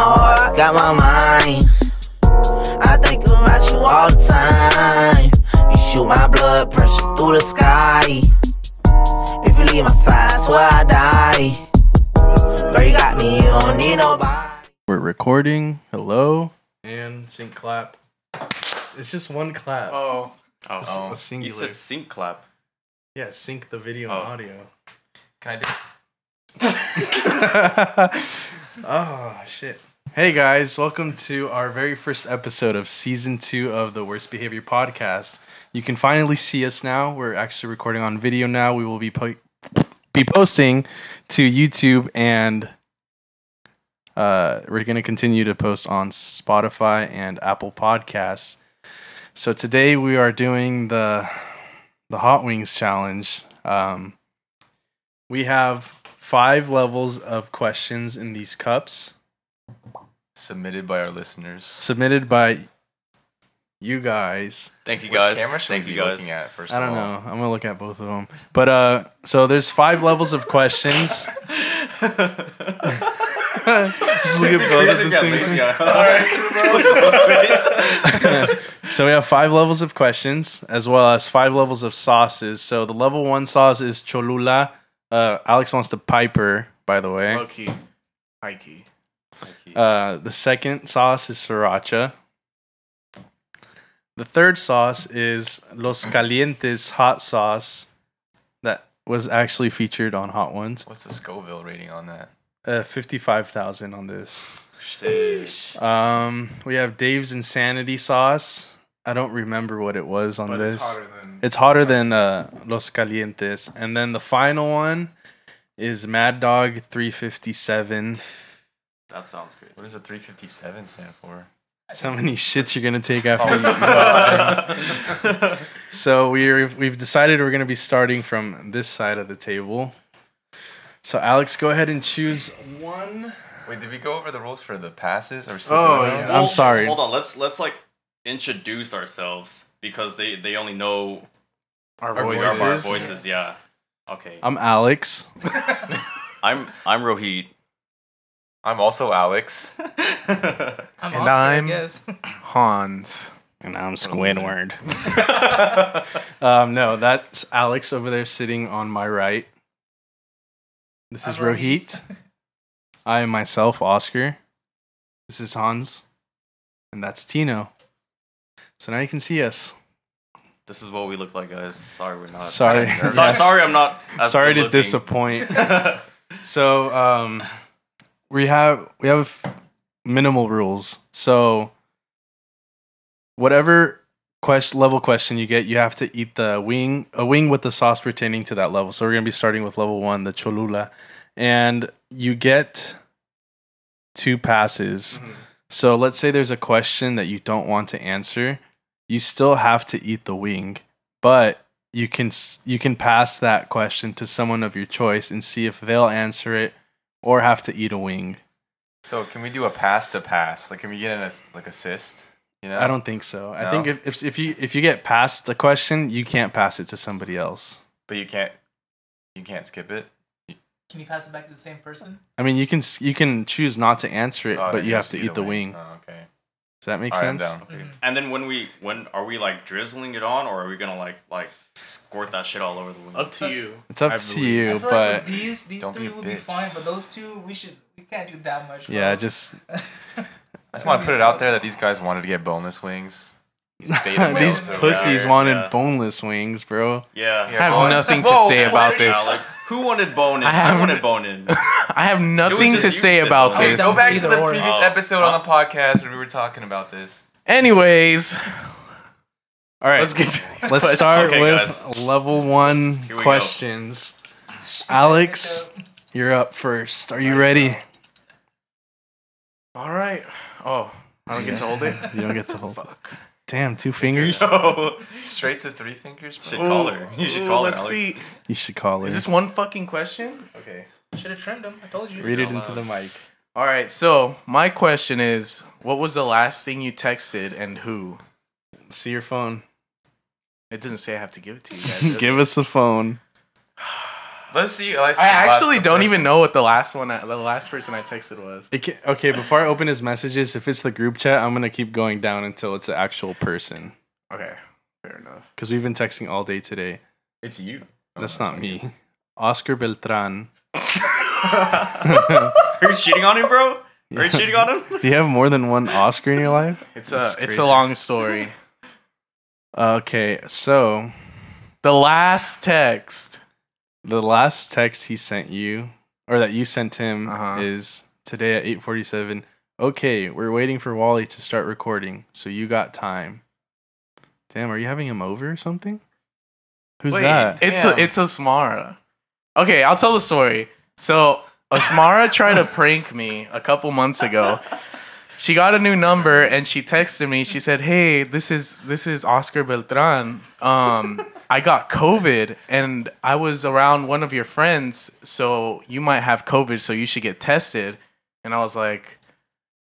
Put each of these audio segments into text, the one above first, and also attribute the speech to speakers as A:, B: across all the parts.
A: got my mind. I think about you all the time. You shoot my blood pressure through the sky. If you leave my side, swear I die. Girl, you got me, you don't need nobody.
B: We're recording. Hello.
C: and sync clap. It's just one clap.
B: Oh.
D: Oh,
C: It's a
D: you
C: singular.
D: said sync clap.
C: Yeah, sync the video
D: Oh.
C: and audio.
D: Can I do?
C: Oh shit. Hey guys, welcome to our very first episode of season two of the Worst Behavior podcast. You can finally see us now. We're actually recording on video now. We will be po- be posting to YouTube and uh, we're going to continue to post on Spotify and Apple Podcasts. So today we are doing the the Hot Wings challenge. Um, we have five levels of questions in these cups
D: Submitted by our listeners.
C: submitted by you guys.
D: Thank you
E: Which
D: guys.
E: camera should
D: Thank
E: we
D: you
E: be
D: guys.
E: looking at first
C: I
E: of
C: don't
E: all?
C: know. I'm gonna look at both of them. But uh, so there's five levels of questions. Just look at both at the same time. So we have five levels of questions as well as five levels of sauces. So the level one sauce is Cholula. Uh, Alex wants the Piper, by the way.
B: key. High key.
C: Uh, the second sauce is sriracha. The third sauce is Los Calientes hot sauce that was actually featured on Hot Ones.
E: What's the Scoville rating on that?
C: Uh, 55,000 on this.
D: Sheesh.
C: Um, we have Dave's Insanity sauce. I don't remember what it was on
B: But
C: this.
B: it's hotter than
C: It's hotter than uh, Los Calientes. And then the final one is Mad Dog 357.
D: That sounds great.
E: What does a 357 stand for?
C: That's how many shits you're gonna take after. so we're we've decided we're gonna be starting from this side of the table. So Alex, go ahead and choose one.
E: Wait, did we go over the rules for the passes or
C: Oh,
E: something?
C: yeah. I'm sorry.
D: Hold on. Let's let's like introduce ourselves because they they only know
B: Our
D: our
B: voices.
D: voices. Our voices. Yeah. Okay.
C: I'm Alex.
D: I'm I'm Rohit.
E: I'm also Alex.
B: And I'm Hans.
C: And I'm Squidward. um, no, that's Alex over there sitting on my right. This is Rohit. I am myself, Oscar. This is Hans. And that's Tino. So now you can see us.
D: This is what we look like, guys. Sorry, we're not.
C: Sorry.
D: So- Sorry, I'm not. as
C: Sorry to
D: good-looking.
C: disappoint. so um, we have we have f- minimal rules. So whatever question level question you get, you have to eat the wing a wing with the sauce pertaining to that level. So we're gonna be starting with level one, the cholula, and you get two passes. So let's say there's a question that you don't want to answer, you still have to eat the wing, but you can s- you can pass that question to someone of your choice and see if they'll answer it or have to eat a wing.
E: So can we do a pass to pass? Like, can we get an ass- like assist? You know,
C: I don't think so. I
E: No?
C: think if, if if you if you get past a question, you can't pass it to somebody else.
E: But you can't. You can't skip it.
F: Can you pass it back to the same person?
C: I mean, you can s- you can choose not to answer it,
E: Oh,
C: but
E: you
C: you have
E: just
C: to eat the wing.
E: Oh, okay.
C: Does that make
E: All right, I'm
C: sense?
E: down.
D: And then when we when are we like drizzling it on, or are we gonna like like squirt that shit all over the window?
B: Up to you.
C: It's up
B: I
C: to
B: believe.
F: I
C: you,
F: feel like
C: but
F: these these
E: don't be
F: three
E: a
F: will be
E: bitch.
F: fine, but those two we should we can't do that much. bro.
C: yeah, just
E: I just want to put it out there that these guys wanted to get boneless wings. These, beta
C: these
E: males over
C: pussies
E: there.
C: wanted
D: Yeah.
C: boneless wings, bro.
D: Yeah.
E: Yeah, boneless-
B: nothing to say about this.
D: Alex, who wanted bone in?
B: I
D: I,
B: haven't-
D: wanted bone in.
B: I have nothing
D: just
B: to
D: you
B: say
D: said
B: about
D: that. Okay,
B: this.
E: Go back to
F: Either
E: the
F: or.
E: previous
D: Oh.
E: episode on the podcast where we were talking about this.
B: Anyways,
C: All right, let's,
B: let's get to these questions.
C: start
D: Okay,
C: with
D: guys.
C: level one
D: we go.
C: questions. Alex, you're up first. Are you ready?
B: All right. Oh, I don't get to hold it.
C: You don't get to hold. Damn, two fingers.
E: Straight to three fingers.
D: should
E: Bro.
D: call her. You should
B: Ooh,
D: call her.
B: Let's
D: Alex.
B: see.
C: You should call it.
B: Is this one fucking question?
E: Okay.
F: should have trimmed them. I told you.
C: Read it into the mic.
B: All right. So my question is, what was the last thing you texted and who?
C: See your phone.
B: It doesn't say I have to give it to you guys.
C: Give us the phone.
E: Let's see. Let's
B: I
E: see, last-
B: actually
E: the
B: don't
E: person-
B: even know what the last one, I, the last person I texted was.
C: It ca okay, before I open his messages, if it's the group chat, I'm gonna keep going down until it's an actual person.
B: Okay, fair enough.
C: Because we've been texting all day today.
E: It's you.
C: That's not me. Oscar Beltran.
D: Are you cheating on him, bro? Are you cheating on him?
C: Do you have more than one Oscar in your life?
B: It's a it's
C: crazy.
B: a long story.
C: Okay, so
B: the last text.
C: the last text he sent you, or that you sent him,
B: Uh-huh.
C: is today at 8:47. Okay, we're waiting for Wally to start recording, so you got time. Damn, are you having him over or something? Who's
B: Wait,
C: that?
B: It's a,
E: Damn.
B: it's Osmara. Okay, I'll tell the story. So Osmara tried to prank me a couple months ago. She got a new number and she texted me. She said, "Hey, this is this is Oscar Beltran. Um, I got COVID and I was around one of your friends, so you might have COVID, so you should get tested." And I was like,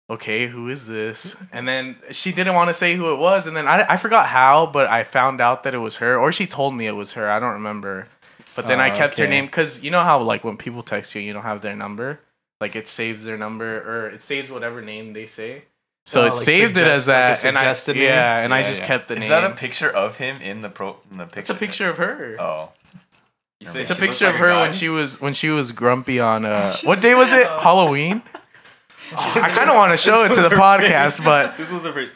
B: okay, who is this? And then she didn't want to say who it was. And then I, I forgot how, but I found out that it was her, or she told me it was her. I don't remember. But then I
C: Oh,
B: kept her
C: okay.
B: name because you know how, like, when people text you, you don't have their number. Like, it saves their number or it saves whatever name they say. So
C: Oh,
B: it
C: like
B: saved it as
C: suggest- like a
B: that, and I
C: suggested name?
B: yeah, and I
C: Yeah,
B: just
C: yeah.
B: kept the
E: Is
B: name.
E: that a picture of him in the pro? In the picture.
B: it's a picture of her.
E: Oh.
D: You say
B: It's a
D: she looks
B: picture
D: like
B: of her
D: guy?
B: when she was when she was grumpy on uh what day was it? Halloween. I kind of want to show it to the podcast, but
D: This was a re-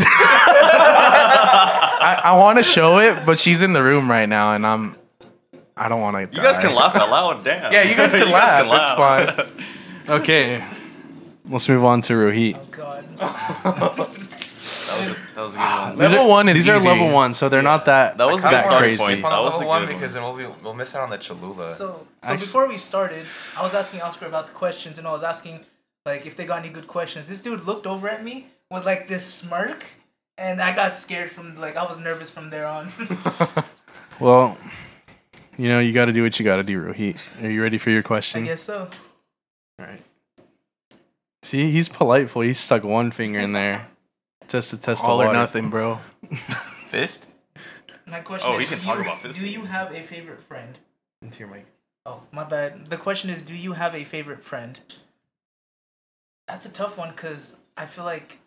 B: I, I want to show it, but she's in the room right now, and I'm. I don't want to.
D: You guys can laugh out loud, damn.
B: Yeah, you guys can laugh. That's fine.
C: okay, let's move on to Rohit.
F: God.
D: That was a good one.
B: Level one is
C: These
B: easy.
C: are level one, so they're not that.
D: That was a
C: that
D: good starting
C: crazy.
D: point.
E: On
D: That was a
E: level
D: good
E: one
D: one.
E: because then we'll, be, we'll miss out on the Cholula.
F: So, so
C: Actu-
F: before we started, I was asking Oscar about the questions, and I was asking like if they got any good questions. This dude looked over at me with like this smirk, and I got scared from like I was nervous from there on.
E: Mm-hmm.
C: Well, you know, you got to do what you got to do, Rohit. Are you ready for your
F: I
C: question?
F: guess so.
C: All right. See, he's politeful. He stuck one finger in there. Test the test the
B: All or
C: water.
B: nothing, bro.
E: Fist.
F: My question
D: Oh, we
F: is,
D: can
F: do
D: talk
F: you-
D: about this
F: Do
D: thing.
F: you have a favorite friend?
C: Into your mic.
F: Oh, my bad. The question is, do you have a favorite friend? That's a tough one because I feel like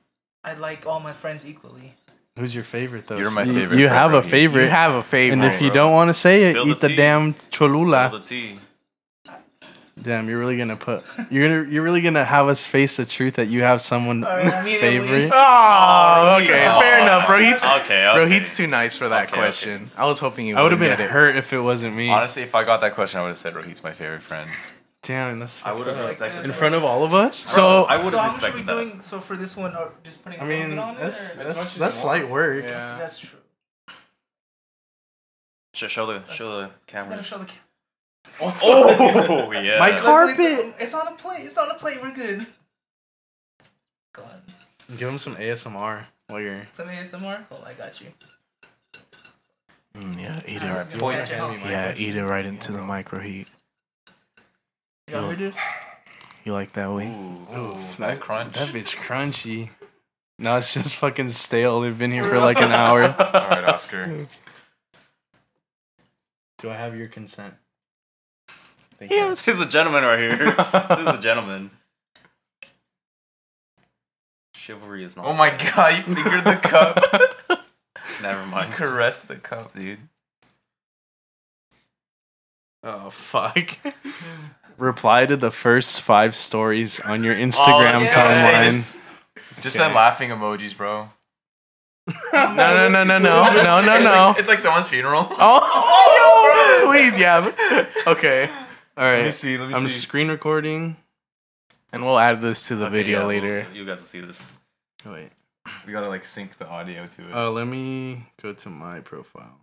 F: I like all my friends equally.
C: Who's your favorite though?
E: You're
C: So
E: my
C: you-
E: favorite
C: You
E: friend,
C: have a
E: Rohit.
C: favorite.
B: You have a
C: and
B: favorite.
C: if you
E: bro.
C: don't want to say it,
D: Spill the
C: eat the,
D: tea.
C: damn Cholula.
D: Spill the tea.
C: damn, you're really gonna put. You're gonna. You're really gonna have us face the truth that you have someone
F: All right, immediately.
C: favorite.
B: oh, okay,
D: yeah.
B: fair enough. Rohit's
D: Okay, okay.
B: Rohit's too nice for that
D: Okay,
B: question. I was hoping you.
C: I would have been
B: get it.
C: hurt if it wasn't me.
E: Honestly, if I got that question, I would have said Rohit's my favorite friend.
C: Damn, that's
D: I would have respected
C: in front of all of us.
B: So
D: I would
F: So
D: have
F: how much are we
D: respected that.
F: doing? So for this one, are just putting
C: I
F: a
C: mean,
F: mean, on
C: that's
F: this? Or?
C: that's that's light work.
F: That's, that's true.
D: Sh- show the show the
F: I'm gonna
D: camera.
F: show the camera.
D: Oh yeah.
C: My
D: Mike.
C: carpet.
F: um, It's on a plate. It's on a plate. We're good. God,
C: Give him some ASMR while you're.
F: some ASMR. Oh, I got you.
B: Mm, yeah, eat
F: I
B: it.
F: was
B: Right.
F: gonna
E: point
F: catch it.
E: enemy,
F: Oh,
B: Yeah, eat it right into the micro heat.
F: you got me, dude?
B: You like that way?
E: Ooh, that crunch.
C: That bitch crunchy. No, it's just fucking stale. They've been here for like an hour.
E: All right, Oscar.
C: Do I have your consent?
D: This is a gentleman right here. this is a gentleman. Chivalry is not.
E: Oh my god, you fingered the cup.
D: Never mind.
E: Caress the cup, dude.
C: Oh fuck. Reply to the first five stories on your Instagram
E: Oh, yeah,
C: timeline.
E: Just, just send laughing emojis, bro.
B: No, no, no, no, no, no, no, no.
E: It's like someone's funeral.
B: Oh, please, yeah. Okay,
C: All right.
E: see. Let me
C: I'm screen recording.
B: and we'll add this to the
D: Okay,
B: video
D: yeah,
B: later.
D: we'll- You guys will see this.
C: Wait.
E: We gotta like sync the audio to it.
B: Oh.
C: Uh, let me go to my profile.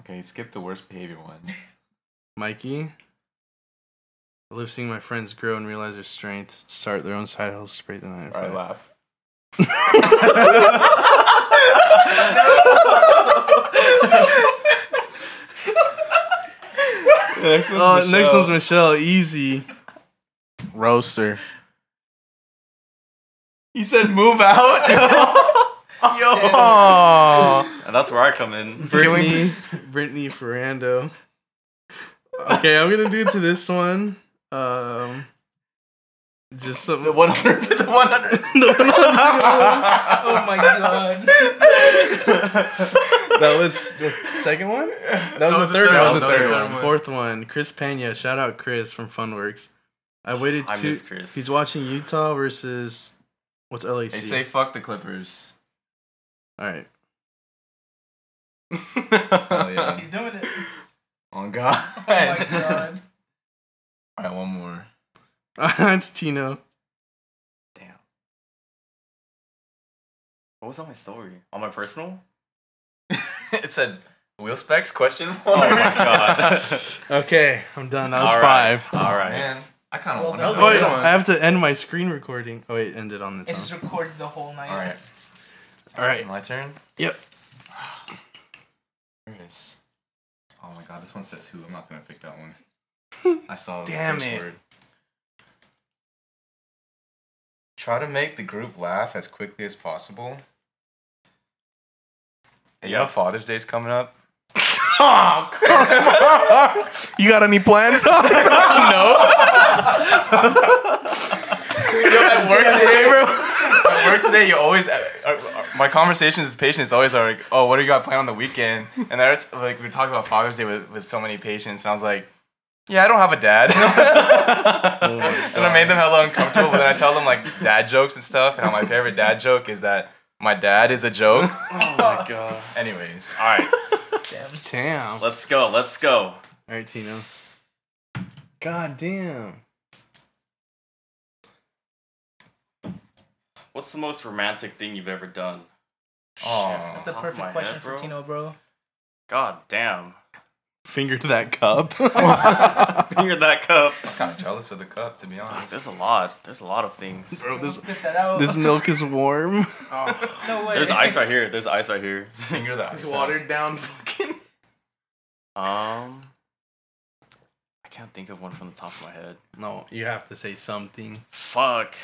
E: okay, skip the worst behavior one.
C: Mikey. I love seeing my friends grow and realize their strengths, start their own side hustle, spray the night.
E: All right, laugh. next one's
C: Oh, next one's Michelle. Easy.
B: Roaster.
E: He said move out.
B: Oh.
D: And that's where I come in.
B: Can we-
C: Brittany, Brittany Ferrando. Okay, I'm gonna do it to this one. Um, just some.
B: The 100. The 100.
F: Oh my god.
C: That was the second one. That was, the third. one. That was
B: third one.
C: the
B: That was the
C: third
B: third
C: one.
B: one.
C: Fourth one. Chris Pena. Shout out Chris from Funworks. I waited
D: I
C: two.
D: miss Chris.
C: He's watching Utah versus what's LAC.
E: They say fuck the Clippers.
C: All right.
E: Hell yeah.
F: He's doing it.
E: On God.
F: Oh my god.
E: All right, one more.
C: That's Tino.
D: What was on my story? On my personal?
E: it said wheel specs question mark.
D: Oh my god.
C: Okay, I'm done. That was
D: All right.
C: five.
D: All right.
E: Man, I kind of
F: Well,
E: want
F: that was
E: to.
C: Wait,
F: good
D: Oh,
F: one.
C: I have to end my screen recording. Oh wait, end it on
F: It
C: its
F: just
C: own.
F: records the whole night.
E: All right.
C: All right.
E: My turn.
C: Yep.
E: There it is. Oh my god, this one says who. I'm not gonna pick that one. I saw the
B: Damn
E: first
B: it.
E: word. Try to make the group laugh as quickly as possible. Hey, you know
D: Yep.
E: Father's Day's coming up.
B: You got any plans?
E: at work today, bro. at work today, you always uh, uh, my conversations with patients always are like, "Oh, what do you got planned on the weekend?" And that's like we talk about Father's Day with, with so many patients, and I was like, "Yeah, I don't have a dad,"
D: Oh
E: and I made them hella uncomfortable. But then I tell them like dad jokes and stuff, and how my favorite dad joke is that my dad is a joke.
C: Oh my god.
E: Anyways,
D: All right.
C: Damn. All
D: Let's go. Let's go.
C: right, Tino. God damn.
D: What's the most romantic thing you've ever done?
E: oh,
F: That's the
D: Top of my
F: perfect question
D: head,
F: for
D: bro.
F: Tino, bro.
D: God damn.
C: Finger to that cup.
D: Finger that cup.
E: I was kind of jealous of the cup, to be honest.
D: There's a lot. There's a lot of things.
C: Bro, this
F: Spit that out.
C: this milk is warm.
F: no way.
D: There's ice right here. There's ice right here.
E: Finger that.
B: It's
E: so-
B: watered down fucking.
D: Um, I can't think of one from the top of my head.
C: No, you have to say something.
D: Fuck.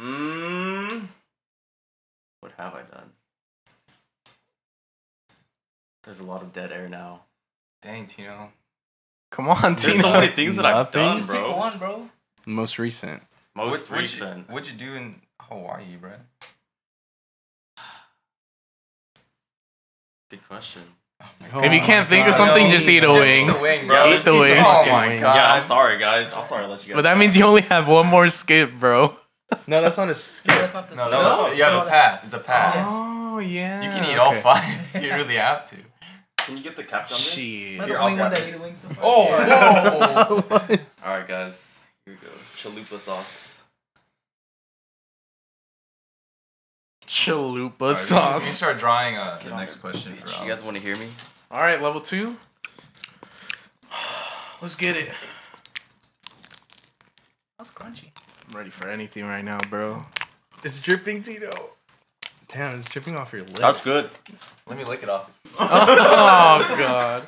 D: Mmm. What have I done? There's a lot of dead air now.
E: Dang, Tino.
B: Come on,
D: There's
B: Tina.
D: so many things that I've
C: nothing?
D: done,
F: Just pick
D: bro.
F: one, bro.
C: Most recent.
D: Most
E: What- what'd you-
D: recent.
E: What'd you do in Hawaii, bro?
D: Good question.
B: If you can't think of something, just eat a wing.
E: The wing,
D: Yeah,
E: bro.
D: let's
B: Eat the
D: keep
B: wing.
D: going.
E: Oh
D: Okay.
E: my god.
D: Yeah, I'm sorry, guys. I'm sorry. I let you guys.
B: But that means you only have one more skip, bro.
C: No, that's not a skip.
F: No, that's not the
E: No,
F: same.
E: no, no, you have a pass. It's a pass.
B: Oh yeah.
E: You can eat all five if you really have to.
D: Can you get the cap down there?
B: Shit.
F: Am I the
D: Here,
F: only
D: I'll
F: one
D: grab
F: that ate wings so far?
E: Oh,
F: Yeah.
E: whoa.
D: All right, guys. Here we go. Chalupa sauce.
B: Chalupa
E: We can
B: sauce.
E: start drawing uh, the next question for
D: You guys want to hear me?
B: All right, level two. Let's get it.
F: That's crunchy.
B: I'm ready for anything right now, bro.
C: It's dripping, Tito. Damn, it's dripping off your lip.
D: That's good.
E: Let me lick it off.
C: Oh god.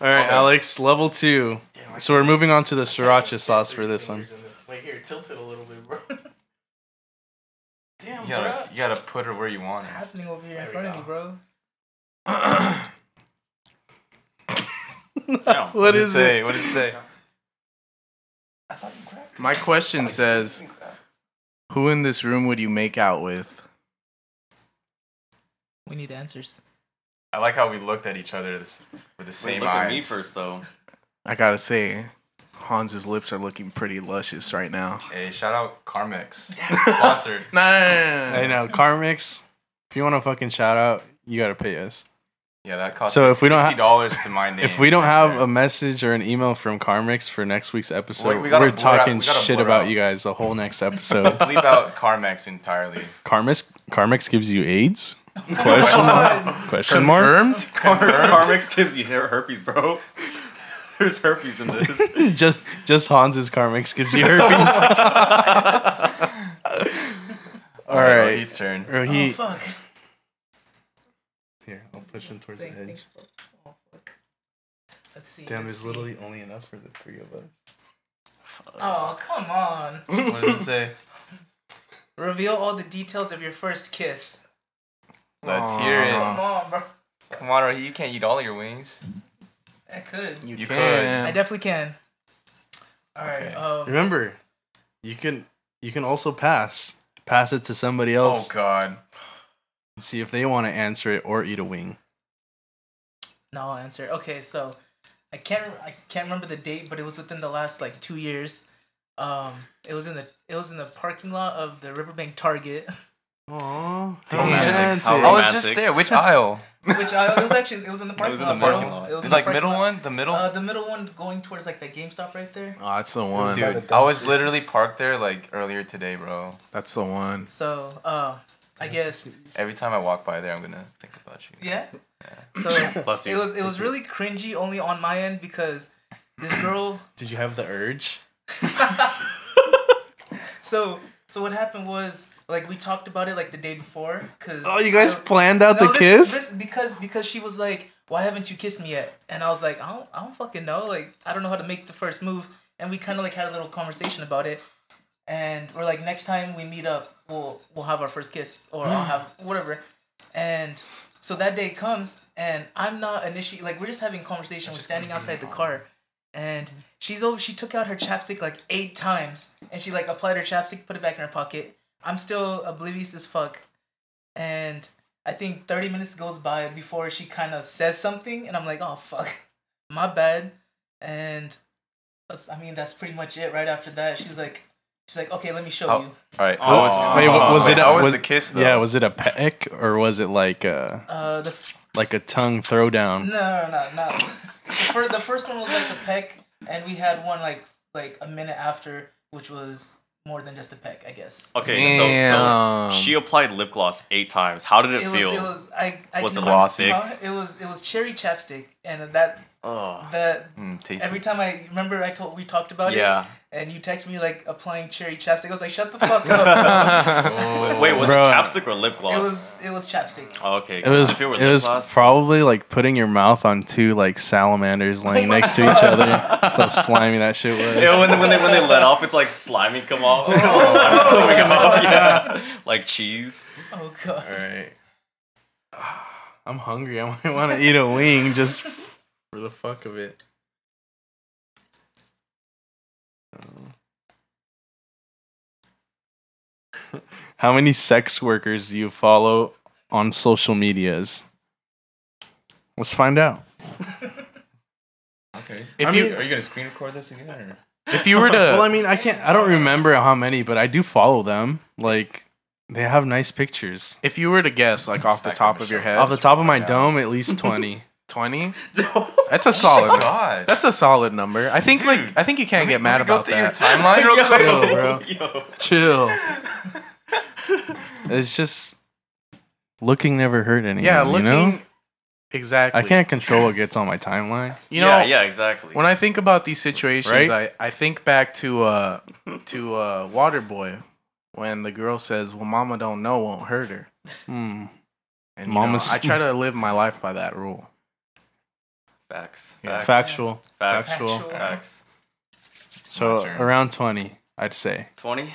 C: All right, Alex, level two. So we're moving on to the sriracha sauce for this one.
B: Wait here, tilt it a little bit, bro. Damn,
E: You gotta, you gotta put it where you want
F: What's
E: it.
F: happening over here in
B: There we
F: front of
B: go.
F: me, bro?
D: Yeah.
C: What
E: What'd
C: is it?
E: say? What did it say?
B: My question says, who in this room would you make out with?
F: We need answers.
E: I like how we looked at each other this, with the
D: Wait,
E: same
D: look
E: eyes.
D: at me first, though.
B: I gotta say, Hans's lips are looking pretty luscious right now.
E: Hey, shout out Carmex. Sponsored.
B: No, no,
C: I know, Carmix. If you want to fucking shout out, you gotta pay us.
E: Yeah, that cost
C: So if we don't ha-
E: sixty dollars to my name.
C: If we don't
E: right
C: have a
E: there.
C: message or an email from Carmix for next week's episode,
E: We-
C: we
E: we gotta
C: are
E: blur out-
C: talking
E: we gotta
C: shit
E: blur
C: about
E: out.
C: you guys the whole next episode.
E: leave out Carmex entirely.
C: Carmix Carmix gives you AIDS?
E: Oh
C: Question mark? Question mark?
B: Confirmed?
D: Carmex gives you her- herpes, bro. There's herpes in this.
C: Just just Hans's Carmix gives you herpes. All
E: Alright,
C: right.
E: Rohit's turn.
C: Or he
F: Oh, Fuck.
C: here. I'll push him towards
F: Thank, thanks. bro. Oh, fuck. Let's see.
C: Damn,
F: let's
C: there's
F: see.
C: literally only enough for the three of us.
F: Oh, come on.
E: What did it say?
F: Reveal all the details of your first kiss.
E: Let's hear it.
F: Come on, bro.
E: Come on, Rohit. You can't eat all your wings.
F: I could.
B: You,
E: You could.
F: I
B: can.
F: definitely can. All right. Um,
C: Remember, you can you can also pass pass it to somebody
E: Oh
C: else
E: God.
C: and see if they want to answer it or eat a wing.
F: now I'll answer. Okay, so I can't I can't remember the date, but it was within the last like two years. Um, it was in the it was in the parking lot of the Riverbank Target,
C: Aww,
E: Damn.
D: romantic. How
E: I was
D: romantic.
E: just there. Which aisle?
F: which I, it was actually it was in the parking
D: was in
F: lot.
D: the
F: bro.
D: parking lot.
F: It was in the
E: like
F: parking
E: middle
F: lot.
E: one, the Oh, middle.
F: Uh, the middle one going towards like that GameStop right there.
B: Oh, that's the one.
E: Dude, I was literally parked there like earlier today, bro.
B: That's the one.
F: So, uh, I guess
E: Every time I walk by there, I'm gonna think about you.
F: yeah. So
D: Bless
F: it
D: you.
F: was it was really cringy only on my end because this girl
C: Did you have the urge?
F: so so what happened was like we talked about it like the day before because
C: Oh, you guys planned out the kiss?
F: because because she was like why haven't you kissed me yet and I was like I don't I don't fucking know like I don't know how to make the first move and we kind of like had a little conversation about it and we're like next time we meet up we'll we'll have our first kiss or I'll have whatever and so that day comes and I'm not initiating like we're just having conversation we're standing outside the car and she's over she took out her chapstick like eight times and she like applied her chapstick put it back in her pocket I'm still oblivious as fuck and I think 30 minutes goes by before she kind of says something and I'm like oh fuck my bad and that's, I mean that's pretty much it right after that she's like she's like okay let me show
D: Oh.
E: How-
F: you
E: All right.
C: How was- wait, wa- was it-
E: How was,
C: was-
E: the kiss though?
C: Yeah, was it a peck or was it like a
F: uh the f-
C: like a tongue throwdown?
F: No, no, no. no. the, fir- the first one was like a peck, and we had one like like a minute after, which was more than just a peck, I guess.
D: Okay, so,
B: Damn.
D: so she applied lip gloss eight times. How did it,
F: It was,
D: feel?
F: it was, I, I
D: Was
F: can-
D: it glossy?
F: huh? It was, it was cherry chapstick, and that,
D: Ugh.
F: that
E: Mm, tasty.
F: every time I remember, I told we talked about
D: Hmm. Yeah.
F: it, and you text me like applying cherry chapstick. I was like, shut the fuck up.
D: Wait, was
C: Bro.
D: it chapstick or lip gloss?
F: it was, it was chapstick.
D: oh, okay.
C: It was
D: If it were
C: it
D: lip
C: was
D: gloss,
C: probably like putting your mouth on two like salamanders laying next to each other. That's how slimy that shit was.
D: Yeah, when, they- when they when they let off, it's like slimy come off. Slimy come off, yeah. Like cheese.
F: Oh god.
E: All right.
C: I'm hungry. I might want to eat a wing just for the fuck of it. How many sex workers do you follow on social medias? Let's find out. uh,
E: Okay.
B: If
C: I
B: you
C: mean-
E: Are you gonna screen record this again? Or?
B: if you were to
C: Well, I mean, I can't. I don't remember how many, but I do follow them. Like, they have nice pictures.
B: if you were to guess like off the top of your head,
C: Off the top of my dome, at least twenty.
B: twenty. That's a solid. number.
E: God.
B: That's a solid number. I think like I think you can't get mad
E: Go
B: about
E: through your
B: that.
E: timeline real quick.
C: Chill, bro.
D: Yo.
C: Chill. it's just looking never hurt anyone.
B: Yeah,
C: you
B: looking
C: know?
B: exactly.
C: I can't control what gets on my timeline.
B: You know,
D: yeah, yeah, exactly.
B: when I think about these situations,
C: Right?
B: I, I think back to uh to uh Waterboy when the girl says, "Well, Mama don't know won't hurt her,"
C: Hmm.
B: and you know,
C: Mama's-
B: I try to live my life by that rule.
E: Facts.
B: Yeah.
E: Facts.
C: Factual.
D: Facts.
C: Factual.
F: Factual.
E: Facts.
C: So
E: My turn.
C: around twenty, I'd say.
D: Twenty.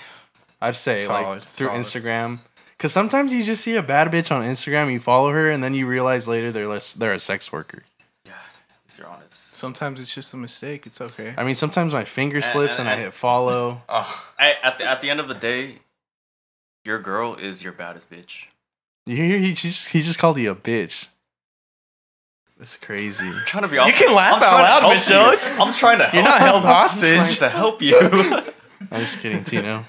C: I'd say like
B: Solid,
C: through
B: solid.
C: Instagram. Cause sometimes you just see a bad bitch on Instagram, you follow her, and then you realize later they're less, they're a sex worker.
D: If you're honest.
B: Sometimes it's just a mistake. It's okay.
C: I mean, sometimes my
B: Eh,
C: finger
D: And-
C: slips and
D: and-
C: I hit follow.
E: Oh,
D: At, at the at the end of the day, your girl is your baddest bitch.
C: You hear? He just he just called you a bitch. That's crazy.
D: I'm trying to be. You
B: can laugh out loud, Michelle. It's-
D: I'm trying to. Help.
B: You're not held
D: I'm
B: hostage.
D: trying to help you.
C: I'm just kidding, Tino.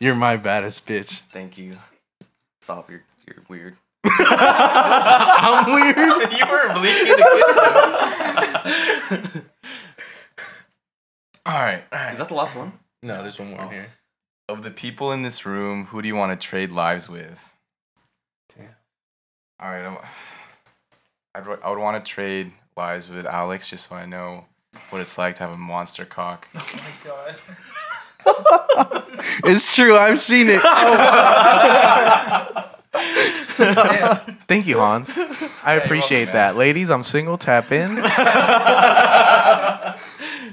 C: You're my baddest bitch.
D: Thank you. Stop. You're you're weird.
C: I'm weird.
E: you were leaking the kiss. All right. All right.
D: Is that the last one?
C: No, there's one more in here.
E: Of the people in this room, who do you want to trade lives with? Damn. All right. I'm- I'd, wa- I would want to trade lives with Alex just so I know what it's like to have a monster cock.
F: Oh my god.
C: It's true. I've seen it.
B: Thank you, Hans. I appreciate that, ladies. I'm single. Tap in.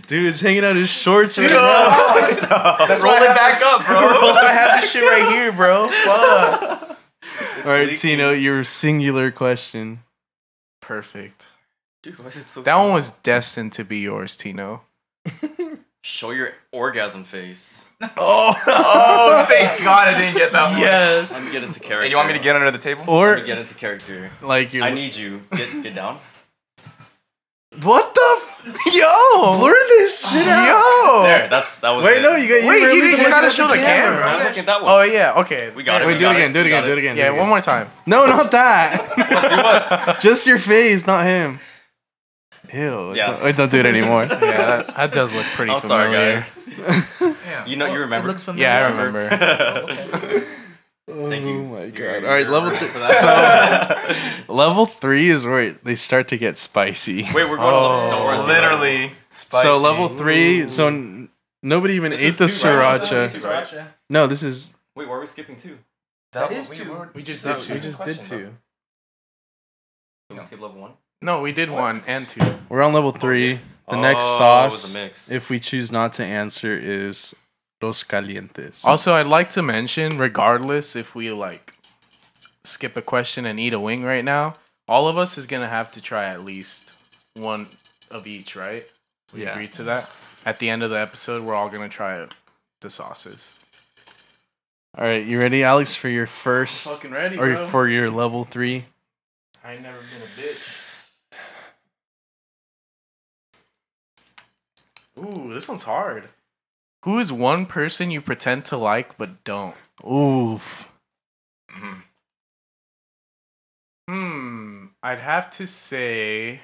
C: Dude, it's hanging out his shorts. Right now.
E: Roll it back up, bro.
B: I have this shit right here, bro.
C: All right, Tino, your singular question.
B: Perfect.
D: Dude, why is it so
B: That one was destined to be yours, Tino.
D: Show your orgasm face.
E: Oh, thank God I didn't get that one.
D: Let
B: Yes.
D: me get into character.
E: Hey, you want me to get under the table?
D: Let
C: Or
D: me get into character.
C: like you're
D: I need you. Get get down.
C: what the f-
B: Yo.
C: blur this shit
E: Oh.
B: Yo.
D: There, that's that was.
C: Wait,
D: it.
C: no, you got you,
B: Wait,
C: really
B: you, didn't- you
C: look
B: gotta
C: at
B: show the camera.
D: I was looking at that one.
B: Oh yeah. Okay.
D: We got it.
C: Wait,
D: we
C: do it
D: got
C: again, do it
D: we
C: again,
D: got
C: do it again. do
B: Yeah.
C: it
B: One
C: again.
B: more time.
C: No, not that.
D: Do what?
C: Just your face, not him. Ew.
D: Yeah.
C: Don't, wait, don't do it anymore.
B: Yeah. That, that does look pretty
D: I'm sorry,
B: familiar.
D: guys. You know, you remember.
F: It looks familiar.
B: Yeah, I remember.
D: Thank you.
C: Oh my god.
D: You're-
C: All right,
D: you're
C: level
D: right
C: th-
D: for that.
C: level three is where they start to get spicy.
D: Wait, we're going
C: Oh.
D: to level. No, we're on to level.
E: Literally spicy.
C: So level three. So n- nobody even
D: This
C: ate
D: is
C: the
D: two, right?
C: sriracha.
D: This is
F: Sriracha.
C: No, this is
D: Wait, why are we skipping two?
F: That is two.
B: We Oh, just
C: we
B: did.
C: just did two.
D: Can we skip level one?
B: No, we did one and two.
C: We're on level three. The next
D: Oh,
C: sauce,
D: it was a mix.
C: if we choose not to answer, is los calientes.
B: Also, I'd like to mention, regardless if we like skip a question and eat a wing right now, all of us is gonna have to try at least one of each, right? We
C: Yeah.
B: agree to that. At the end of the episode, we're all gonna try the sauces.
C: All right, you ready, Alex, for your first
B: Fucking ready,
C: or
B: bro.
C: for your level three?
B: I ain't never been a bitch. Ooh, this one's hard. Who is one person you pretend to like but don't?
C: Oof.
B: Hmm, I'd have to say.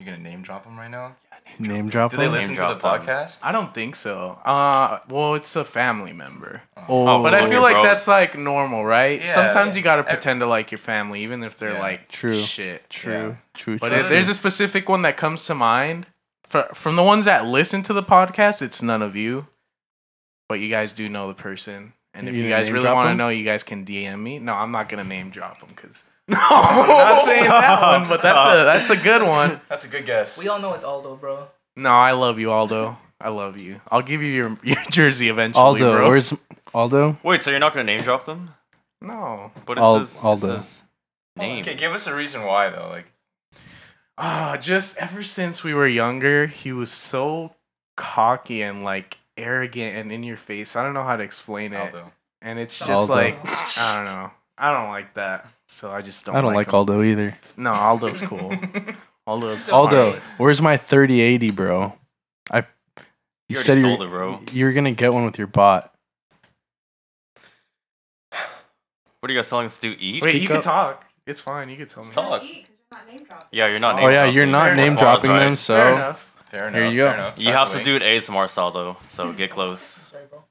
E: You gonna name drop them right now?
C: Name drop.
E: Do they
C: them?
E: listen to the
D: drop them.
E: podcast?
B: I don't think so. Uh, well, it's a family member.
C: Oh,
B: But I
D: Lord,
B: feel like
D: bro.
B: that's like normal, right?
E: Yeah,
B: Sometimes
E: yeah.
B: you gotta pretend to like your family, even if they're
E: Yeah.
B: like
C: True.
B: shit.
C: true,
E: Yeah.
C: true,
B: But
C: true.
B: it, there's a specific one that comes to mind. For, from the ones that listen to the podcast, it's none of you. But you guys do know the person. And if
C: You
B: you,
C: gonna
B: guys
C: name
B: really
C: drop
B: want to
C: them?
B: know, you guys can DM me. No, I'm not going to name drop them because. No, I'm not saying that one, but that's a, that's a good one.
E: That's a good guess.
F: We all know it's Aldo, bro.
B: No, I love you, Aldo. I love you. I'll give you your, your jersey eventually.
C: Aldo.
B: bro.
C: Where's Aldo?
D: Wait, so you're not gonna name drop them?
B: No.
D: But it
C: Al-
D: says, it
C: Aldo.
D: says name.
E: Okay, give us a reason why though. Like
B: Ah, just ever since we were younger, he was so cocky and like arrogant and in your face. I don't know how to explain it.
E: Aldo.
B: And it's just
C: Aldo.
B: like I don't know. I don't like that. So I just don't.
C: I don't like,
B: him.
C: Aldo either.
B: No, Aldo's cool. Aldo's
C: Aldo,
B: smart.
C: where's my 3080, bro? I you,
D: You
C: said
D: already
C: you
D: sold it, bro.
C: you were gonna get one with your bot.
D: What are you guys telling us to do? Eat?
B: Wait, you
C: up.
B: can talk. It's fine. You can tell me.
D: Talk.
G: Eat, 'cause you're not name dropping.
D: Yeah, you're not.
C: Oh
D: Name
C: yeah,
D: dropping.
C: you're not
B: Fair
C: name
B: enough.
C: dropping
D: Right.
C: them,
B: Fair
C: so
B: enough.
E: Fair enough.
C: Here you
E: fair
C: go.
E: enough.
D: You have to
E: Takeaway.
D: do an ASMR style though, so get close.
F: Sorry, bro.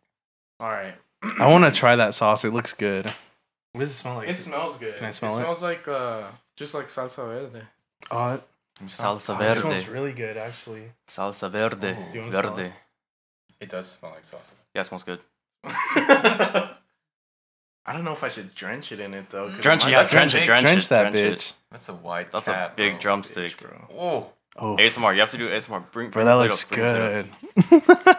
B: All right.
C: I want to try that sauce. It looks good. What does it smell
B: It smells good.
C: Can I smell
B: it?
C: it?
B: Smells like uh, just like salsa verde.
C: Oh, it,
D: Salsa
C: oh, it smells
D: verde.
C: really good, actually.
D: Salsa verde.
E: Do you
B: wanna smell
D: Verde.
E: It does smell like salsa.
D: Yeah, it smells good.
B: I don't know if I should drench it in it though. 'cause
D: Drench
B: it
D: it,
B: might-
D: yeah, drench it,
E: big-
D: drench,
C: Drench
D: it,
C: that
D: drench
C: bitch.
D: It.
E: That's a wide
D: That's
E: cap.
D: a big
E: bro.
D: drumstick.
E: Whoa.
C: Oh,
D: ASMR. You have to do ASMR. Bring,
C: bro,
D: bring
C: that
D: plate
C: looks
D: up, bring plate up.
C: good.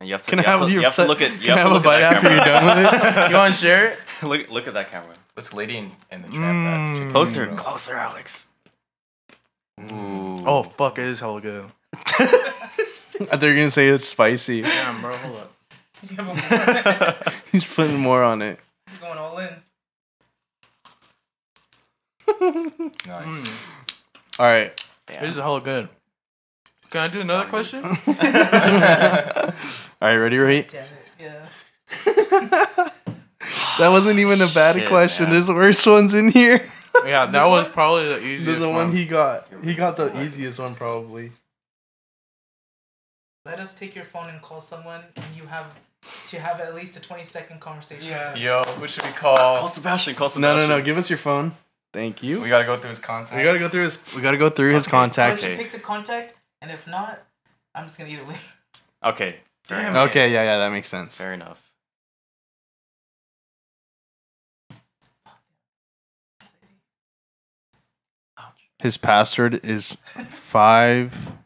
D: And you have to,
C: Can
D: you
C: I
D: have
C: have
D: to,
C: your
D: you have to
C: set-
D: look at you
C: Can I
D: have to
C: have a
D: look
C: bite
D: at that
C: after you're
D: camera.
C: done with it?
B: You want to share it?
D: Look look at that camera.
E: Let's lady and, and the tramp that chicken
C: Mm,
D: Closer,
E: bro.
D: closer, Alex. Ooh.
B: Oh fuck! It is hella good.
C: I thought you were gonna say it's spicy.
B: Damn, bro, hold up.
F: He's going
C: He's putting more on it.
F: all in.
E: Nice.
C: All right,
B: It is hella good. Can I do another question?
C: all right, ready, right?
F: Damn it. Yeah.
C: That wasn't even a bad
D: Shit,
C: question.
D: man.
C: There's worse ones in here
B: yeah, that was probably the easiest
C: than the one he got. He got the easiest one probably.
F: Let us take your phone and call someone, and you have to have at least a 20 second conversation. Yeah.
E: Yo, who should we call?
D: Call Sebastian, call
C: No,
D: Sebastian.
C: no, no. Give us your phone. Thank you.
E: We gotta go through his contact.
C: We gotta go through his. We gotta go through his
F: Unless
C: contacts.
F: you pick the contact, and if not, I'm just gonna eat it with
D: Okay. Damn.
C: Okay, yeah, yeah, that makes sense.
D: Fair enough.
C: His password is five,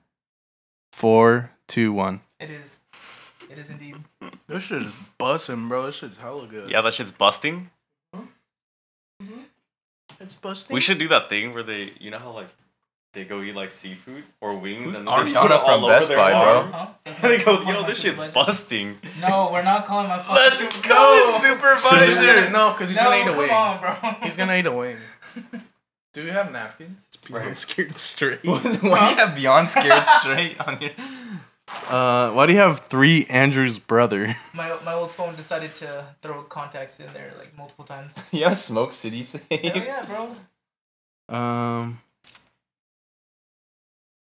C: four, two, one.
F: It is. It is indeed.
B: This shit is busting, bro. This shit's hella good.
D: Yeah, that shit's busting.
B: It's busting.
D: We should do that thing where they, you know how like they go eat like seafood or wings and
E: Ariana
D: they put it
E: from
D: all over
E: Best
D: their
E: Buy, bro?
D: arm.
F: Huh?
D: They go, yo, this shit's busting.
F: No, we're not calling my phone.
D: Let's go, supervisor.
B: No, because he's
F: no,
B: gonna eat a
F: come
B: wing.
F: on, bro.
B: He's gonna eat a wing. Do we have napkins?
C: Beyond scared straight.
E: Why you have Beyond Scared Straight on your.
C: Uh, why do you have three Andrew's brother?
F: my my old phone decided to throw contacts in there like multiple times.
E: You have Smoke City saved?
F: Hell yeah, bro.
C: Um,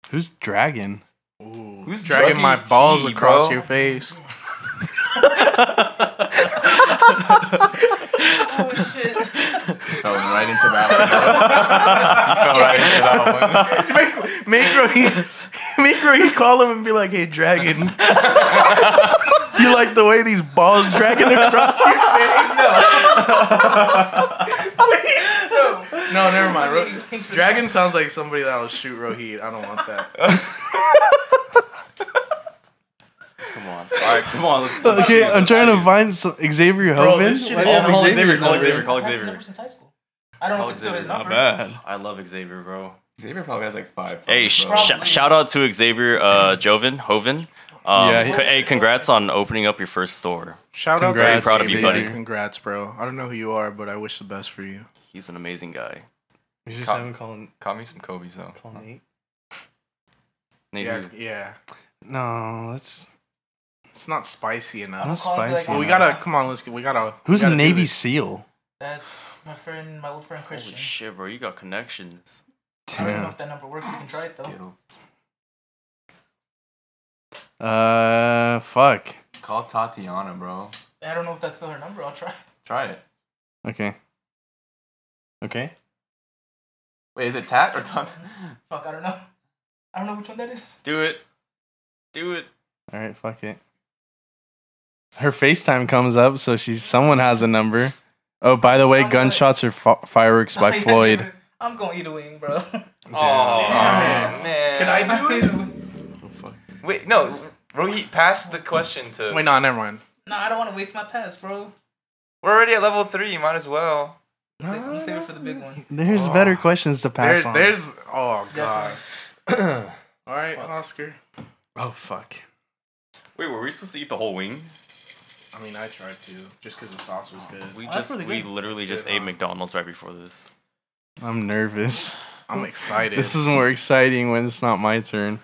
C: who's dragon?
B: Who's dragging
E: Lucky
B: my balls
E: T,
B: across
E: bro.
B: your face?
F: Oh shit.
E: Fell right into that one. Fell right into that one.
B: Micro, he, Micro, he call him and be like, "Hey, dragon, you like the way these balls dragging across your face?"
F: No.
B: No, never mind. Ro- dragon sounds like somebody that'll shoot Rohit. I don't want that.
D: Come on. All right, come on. Let's. let's
C: Okay, I'm trying to find some Xavier
B: Bro,
C: Hovind.
B: this shit
C: Why
B: is
C: do you have
D: Call Xavier.
C: Xavier's
D: Call
C: number?
D: Xavier. Call
F: I had this
D: Xavier.
F: number since high school. I don't know
D: Call
F: if it's still his
D: Xavier. Not
F: number.
E: bad.
D: I love Xavier, bro.
E: Xavier probably has like five.
D: Hey,
E: phones,
D: sh-
E: bro.
D: sh- shout out to Xavier uh, Joven, Hoven. Um,
C: Yeah, he-
D: c- hey, congrats on opening up your first store.
B: Shout out,
C: Congrats,
B: to
D: proud of you,
B: Xavier.
D: buddy.
B: Congrats, bro. I don't know who you are, but I wish the best for you.
D: He's an amazing guy.
C: You just
E: Call-
C: haven't called,
E: Call me some Kobe's though.
C: called Nate.
D: Nate,
B: Yeah,
D: who-
B: yeah.
C: No, that's
B: It's not spicy enough.
C: not
F: call him, like,
C: spicy.
B: Well, we
C: enough.
B: gotta come on. Let's get. We gotta.
C: Who's
B: we
C: a
B: gotta do
C: Navy
B: this.
C: SEAL?
F: That's my friend, my old friend Christian.
D: Holy shit, bro! You got connections.
F: I don't know
C: Damn.
F: if that number works. You can try it though.
C: Uh, fuck.
E: Call Tatiana, bro.
F: I don't know if that's still her number. I'll try.
E: Try it.
C: Okay. Okay.
E: Wait, is it Tat or Tat?
F: Fuck, I don't know. I don't know which one that is.
D: Do it, do it.
C: All right. Fuck it. Her FaceTime comes up, so she's someone has a number. Oh, by the way,
F: I'm not-
C: gunshots are fi- fireworks by Floyd.
F: I'm gonna eat a wing, bro.
E: man.
F: Can I do it? no,
E: Wait, no. Rohit, pass the question to.
B: Wait, no, never mind.
F: I don't want to waste my pass, bro.
E: We're already at level three. You might as well.
F: Sa- I'm saving it for the big one.
C: There's better questions to pass
B: There's,
C: on.
B: there's. Oh god.
F: Definitely.
B: All right, Oscar.
C: oh fuck.
D: Wait, were we supposed to eat the whole wing?
B: I mean, I tried to just because the sauce was good.
D: We
F: Oh, that's
D: just,
F: really
D: we
F: good.
D: literally just ate McDonald's right before this.
C: I'm nervous.
B: I'm excited.
C: This is more exciting when it's not my turn.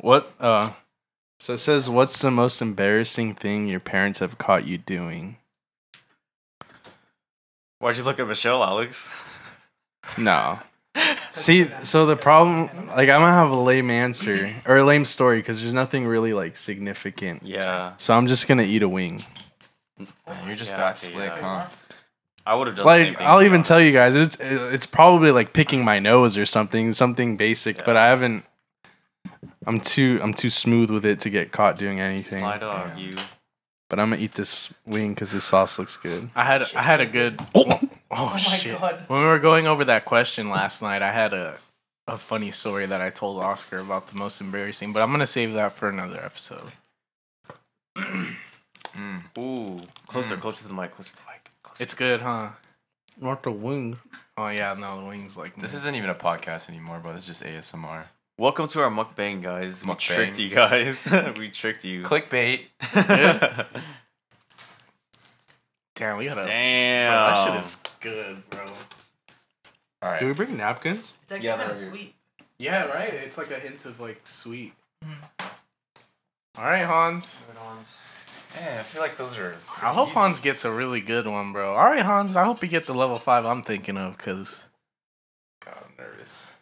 C: what? Uh, so it says, "What's the most embarrassing thing your parents have caught you doing?"
D: Why'd you look at Michelle, Alex?
C: No. See, so the problem, like, I'm gonna have a lame answer or a lame story because there's nothing really like significant.
D: Yeah,
C: So I'm just gonna eat a wing.
E: You're just
D: Yeah,
E: that
D: okay,
E: slick, huh?
D: yeah. I would have done. the same
C: Like,
D: thing,
C: I'll
D: to be
C: even
D: honest.
C: tell you guys, it's it's probably like picking my nose or something, something basic. But I haven't. I'm too I'm too smooth with it to get caught doing anything.
D: Slide up, you.
C: But I'm gonna eat this wing because this sauce looks good.
B: I had I had a good.
F: Oh my god.
B: When we were going over that question last night, I had a a funny story that I told Oscar about the most embarrassing, but I'm gonna save that for another episode.
D: Ooh, closer, closer to the mic, closer to the mic. Closer.
B: It's good, huh?
C: Not the wing.
B: Oh yeah, no, the wings like
E: This isn't even a podcast anymore, bro. This is just ASMR.
D: Welcome to our mukbang, guys. We
E: Mukbang.
D: tricked you guys. we tricked you.
E: Clickbait.
B: damn. We gotta.
D: Damn.
B: That shit is good, bro.
E: All right.
C: Do we bring napkins?
F: It's actually
E: Yeah,
F: kind of
E: they're-
F: sweet.
B: Yeah, right. It's like a hint of like sweet. Mm-hmm. All right, Hans.
E: Yeah, I feel like those are.
B: I hope Hans gets a really good one, bro. All right, Hans. I hope you get the level five I'm thinking of, cause
E: God, I'm nervous.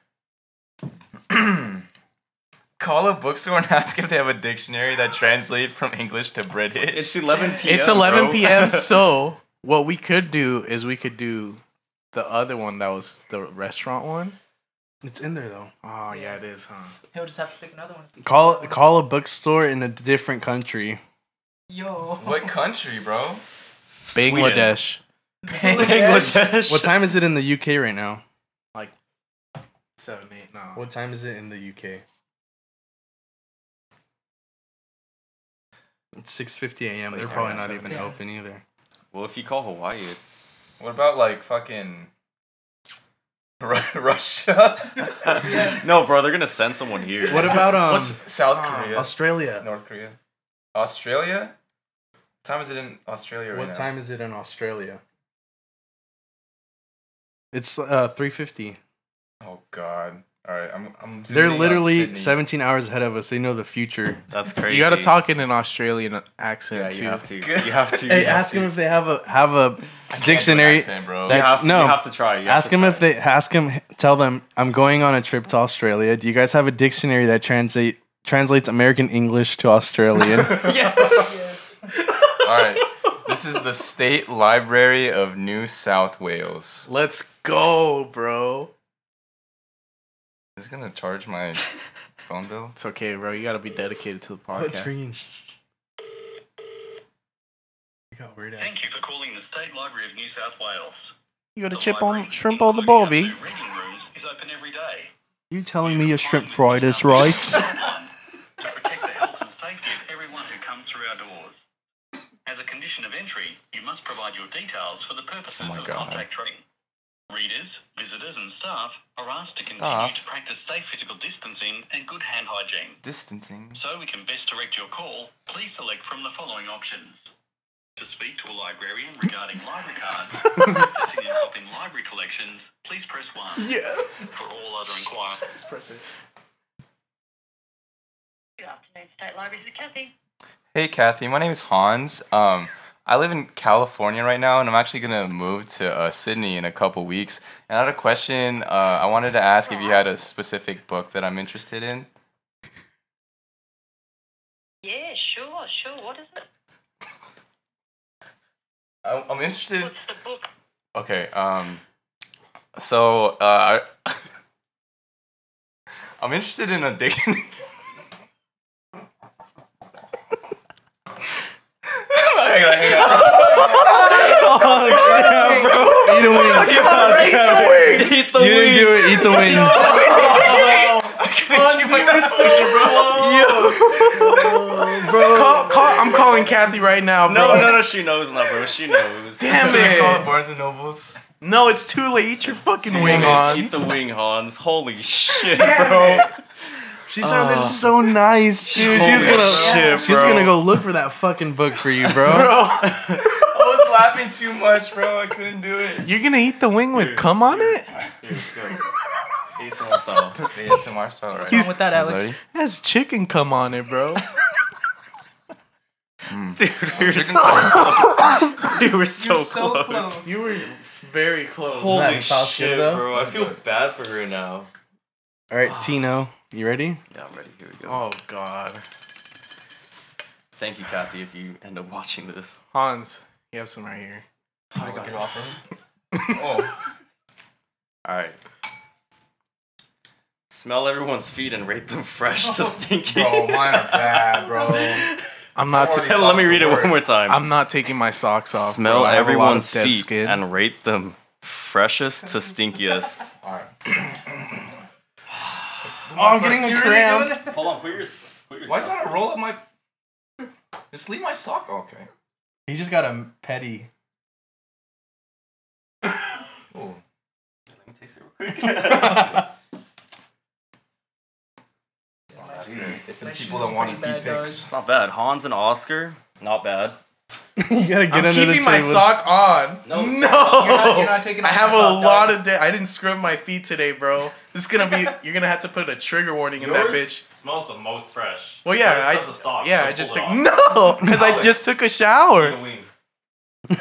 E: Call a bookstore and ask if they have a dictionary that translates from English to British.
D: It's 11 p.m.
B: it's 11
D: bro.
B: p.m. So what we could do is we could do the other one that was the restaurant one.
C: It's in there though.
B: Oh yeah, it is, huh?
F: He'll just have to pick another one.
C: Call call a bookstore in a different country.
F: Yo.
E: what country, bro?
B: Bangladesh.
D: Bangladesh.
C: What time is it in the UK right now?
B: Seven, eight, no.
C: What time is it in the UK? It's six fifty a.m. They're probably not even
F: Yeah.
C: open either.
D: Well, if you call Hawaii, it's
E: What about like fucking Ru- Russia,
D: No, bro, they're gonna send someone here.
C: What about um
E: South Korea,
C: Australia?
E: North Korea, Australia. What time is it in Australia right
C: What
E: now?
C: time is it in Australia? It's uh three fifty.
E: Oh God! All right, I'm. I'm
C: They're
E: zooming out
C: literally
E: Sydney.
C: seventeen hours ahead of us. They know the future.
D: That's crazy.
B: You gotta talk in an Australian
D: Yeah,
B: accent
D: you
B: too.
D: have to. You have to.
C: Hey,
D: you have
C: ask
D: to.
C: them if they have a have a
E: Can't do an
C: dictionary.
E: accent, bro.
C: that-
D: You have to.
C: no.
D: You have to try. You have
C: Ask
D: to
C: them
D: try.
C: if they ask them. Tell them I'm going on a trip to Australia. Do you guys have a dictionary that translate translates American English to Australian?
E: All right. This is the State Library of New South Wales.
B: Let's go, bro.
E: Is it gonna charge my phone bill?
B: It's okay, bro. You gotta be dedicated to the podcast.
C: ringing? You got weird ass.
G: Thank you for calling the State Library of New South Wales.
B: you gotta
G: The
B: chip
G: library,
B: on shrimp on the
G: including
B: bobby.
G: our two reading rooms, is open every day.
C: You telling me a shrimp fried is rice?
G: To protect the health and safety of everyone who comes through our doors. As a condition of entry, you must provide your details for the purposes
B: Oh
G: of contact tracing. Readers, visitors, and staff are asked to continue to practice safe physical distancing and good hand hygiene.
E: Distancing.
G: So we can best direct your call, please select from the following options. To speak to a librarian regarding library cards, accessing and copying library collections, please press 1. Yes! For all other inquiries.
H: Good afternoon, State Library. This is Kathy.
E: Hey, Kathy. My name is Hans. Um, I live in California right now, and I'm actually gonna move to uh, Sydney in a couple weeks. And I had a question. Uh, I wanted to ask if you had a specific book that I'm interested in.
H: Yeah, sure, sure. What is it?
E: I- I'm interested.
H: What's the book?
E: Okay. Um. So, uh, I- I'm interested in a dictionary. Hang on, hang on.
C: Eat a wing.
D: Eat the
C: You didn't do it. Eat the wing.
B: Call, call, I'm calling Kathy right now, bro.
D: No, no, no. She knows not, bro. She knows.
B: Damn
E: They call
B: it.
E: it Barnes and Nobles.
B: No, it's too late. Eat your fucking wing
D: Hans. Eat
B: on.
D: the wing, Hans. Holy shit, bro.
C: She sounded so nice, dude. She was
D: Holy
C: gonna.
D: shit,
C: She's
D: bro.
C: gonna go look for that fucking book for you, bro.
E: I was laughing too much, bro. I couldn't do it.
B: You're gonna eat the wing with cum on it?
D: Eat some more stuff.
E: ASMR style, right?
F: What's wrong with that, Alex?
B: That's chicken cum on it, bro.
D: Dude, we're so
F: So
D: close.
F: close.
B: You were very close.
D: Holy
C: Isn't that South
D: shit,
C: Kid, though?
D: bro. I feel bad for her now.
C: All right, Tino, you ready?
D: Yeah, I'm ready. Here we go.
B: Oh god.
D: Thank you, Kathy, if you end up watching this.
B: Hans, you have some right here.
D: I got it off him. oh. Alright. Smell everyone's feet and rate them fresh to stinky.
E: mine are bad, bro.
B: I'm not.
E: Already
B: ta-
E: saw
D: Let me
E: the
D: read it
E: word.
D: one more time.
B: I'm not taking my socks off.
D: Smell
B: bro. I have a lot of
D: everyone's
B: dead
D: feet and rate them freshest to stinkiest.
C: Oh, I'm getting a cramp.
D: Hold on, put yours.
E: Why gotta roll up my? Just leave my sock. Okay.
C: He just got a petty.
E: For the people that wanted feet pics.
D: It's not bad. Hans and Oscar, not bad.
C: you gotta get under the table.
B: Keeping my sock on.
D: No.
F: You're not, you're not taking
B: I
F: off
B: have a
F: your sock,
B: lot
F: dog.
B: of dead. I didn't scrub my feet today, bro. This is gonna be. You're gonna have to put a trigger warning in that bitch.
D: smells the most fresh.
B: Well, yeah,
D: Yours smells the
B: I
D: socks,
B: yeah,
D: so
B: I just
D: pull
B: took
D: it
B: no because I just took a shower.
D: off. Wing.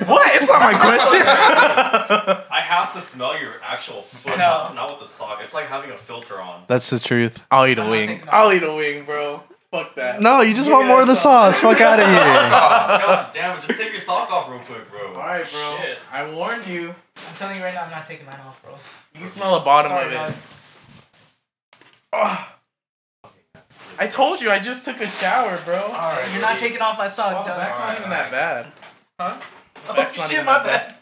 B: What? It's not my question.
D: I have to smell your actual foot, not, not with the sock. It's like having a filter on.
C: That's the truth.
B: I'll eat a
F: not
B: wing.
F: taking off.
B: I'll eat a wing, bro. Fuck that.
C: No, you just want more of the sauce. Fuck out of here.
D: God damn it, just take your sock off real quick, bro.
B: All right, bro.
D: Shit.
B: I warned you.
F: I'm telling you right now, I'm not taking mine off, bro.
B: You can smell the bottom
F: Sorry,
B: of it.
F: dog.
B: I told you. I just took a shower, bro.
F: You're not taking off my sock, dog.
B: That's not even that bad.
F: Oh,
B: That's not
F: shit,
B: even
F: my
B: that
F: bad.
B: bad.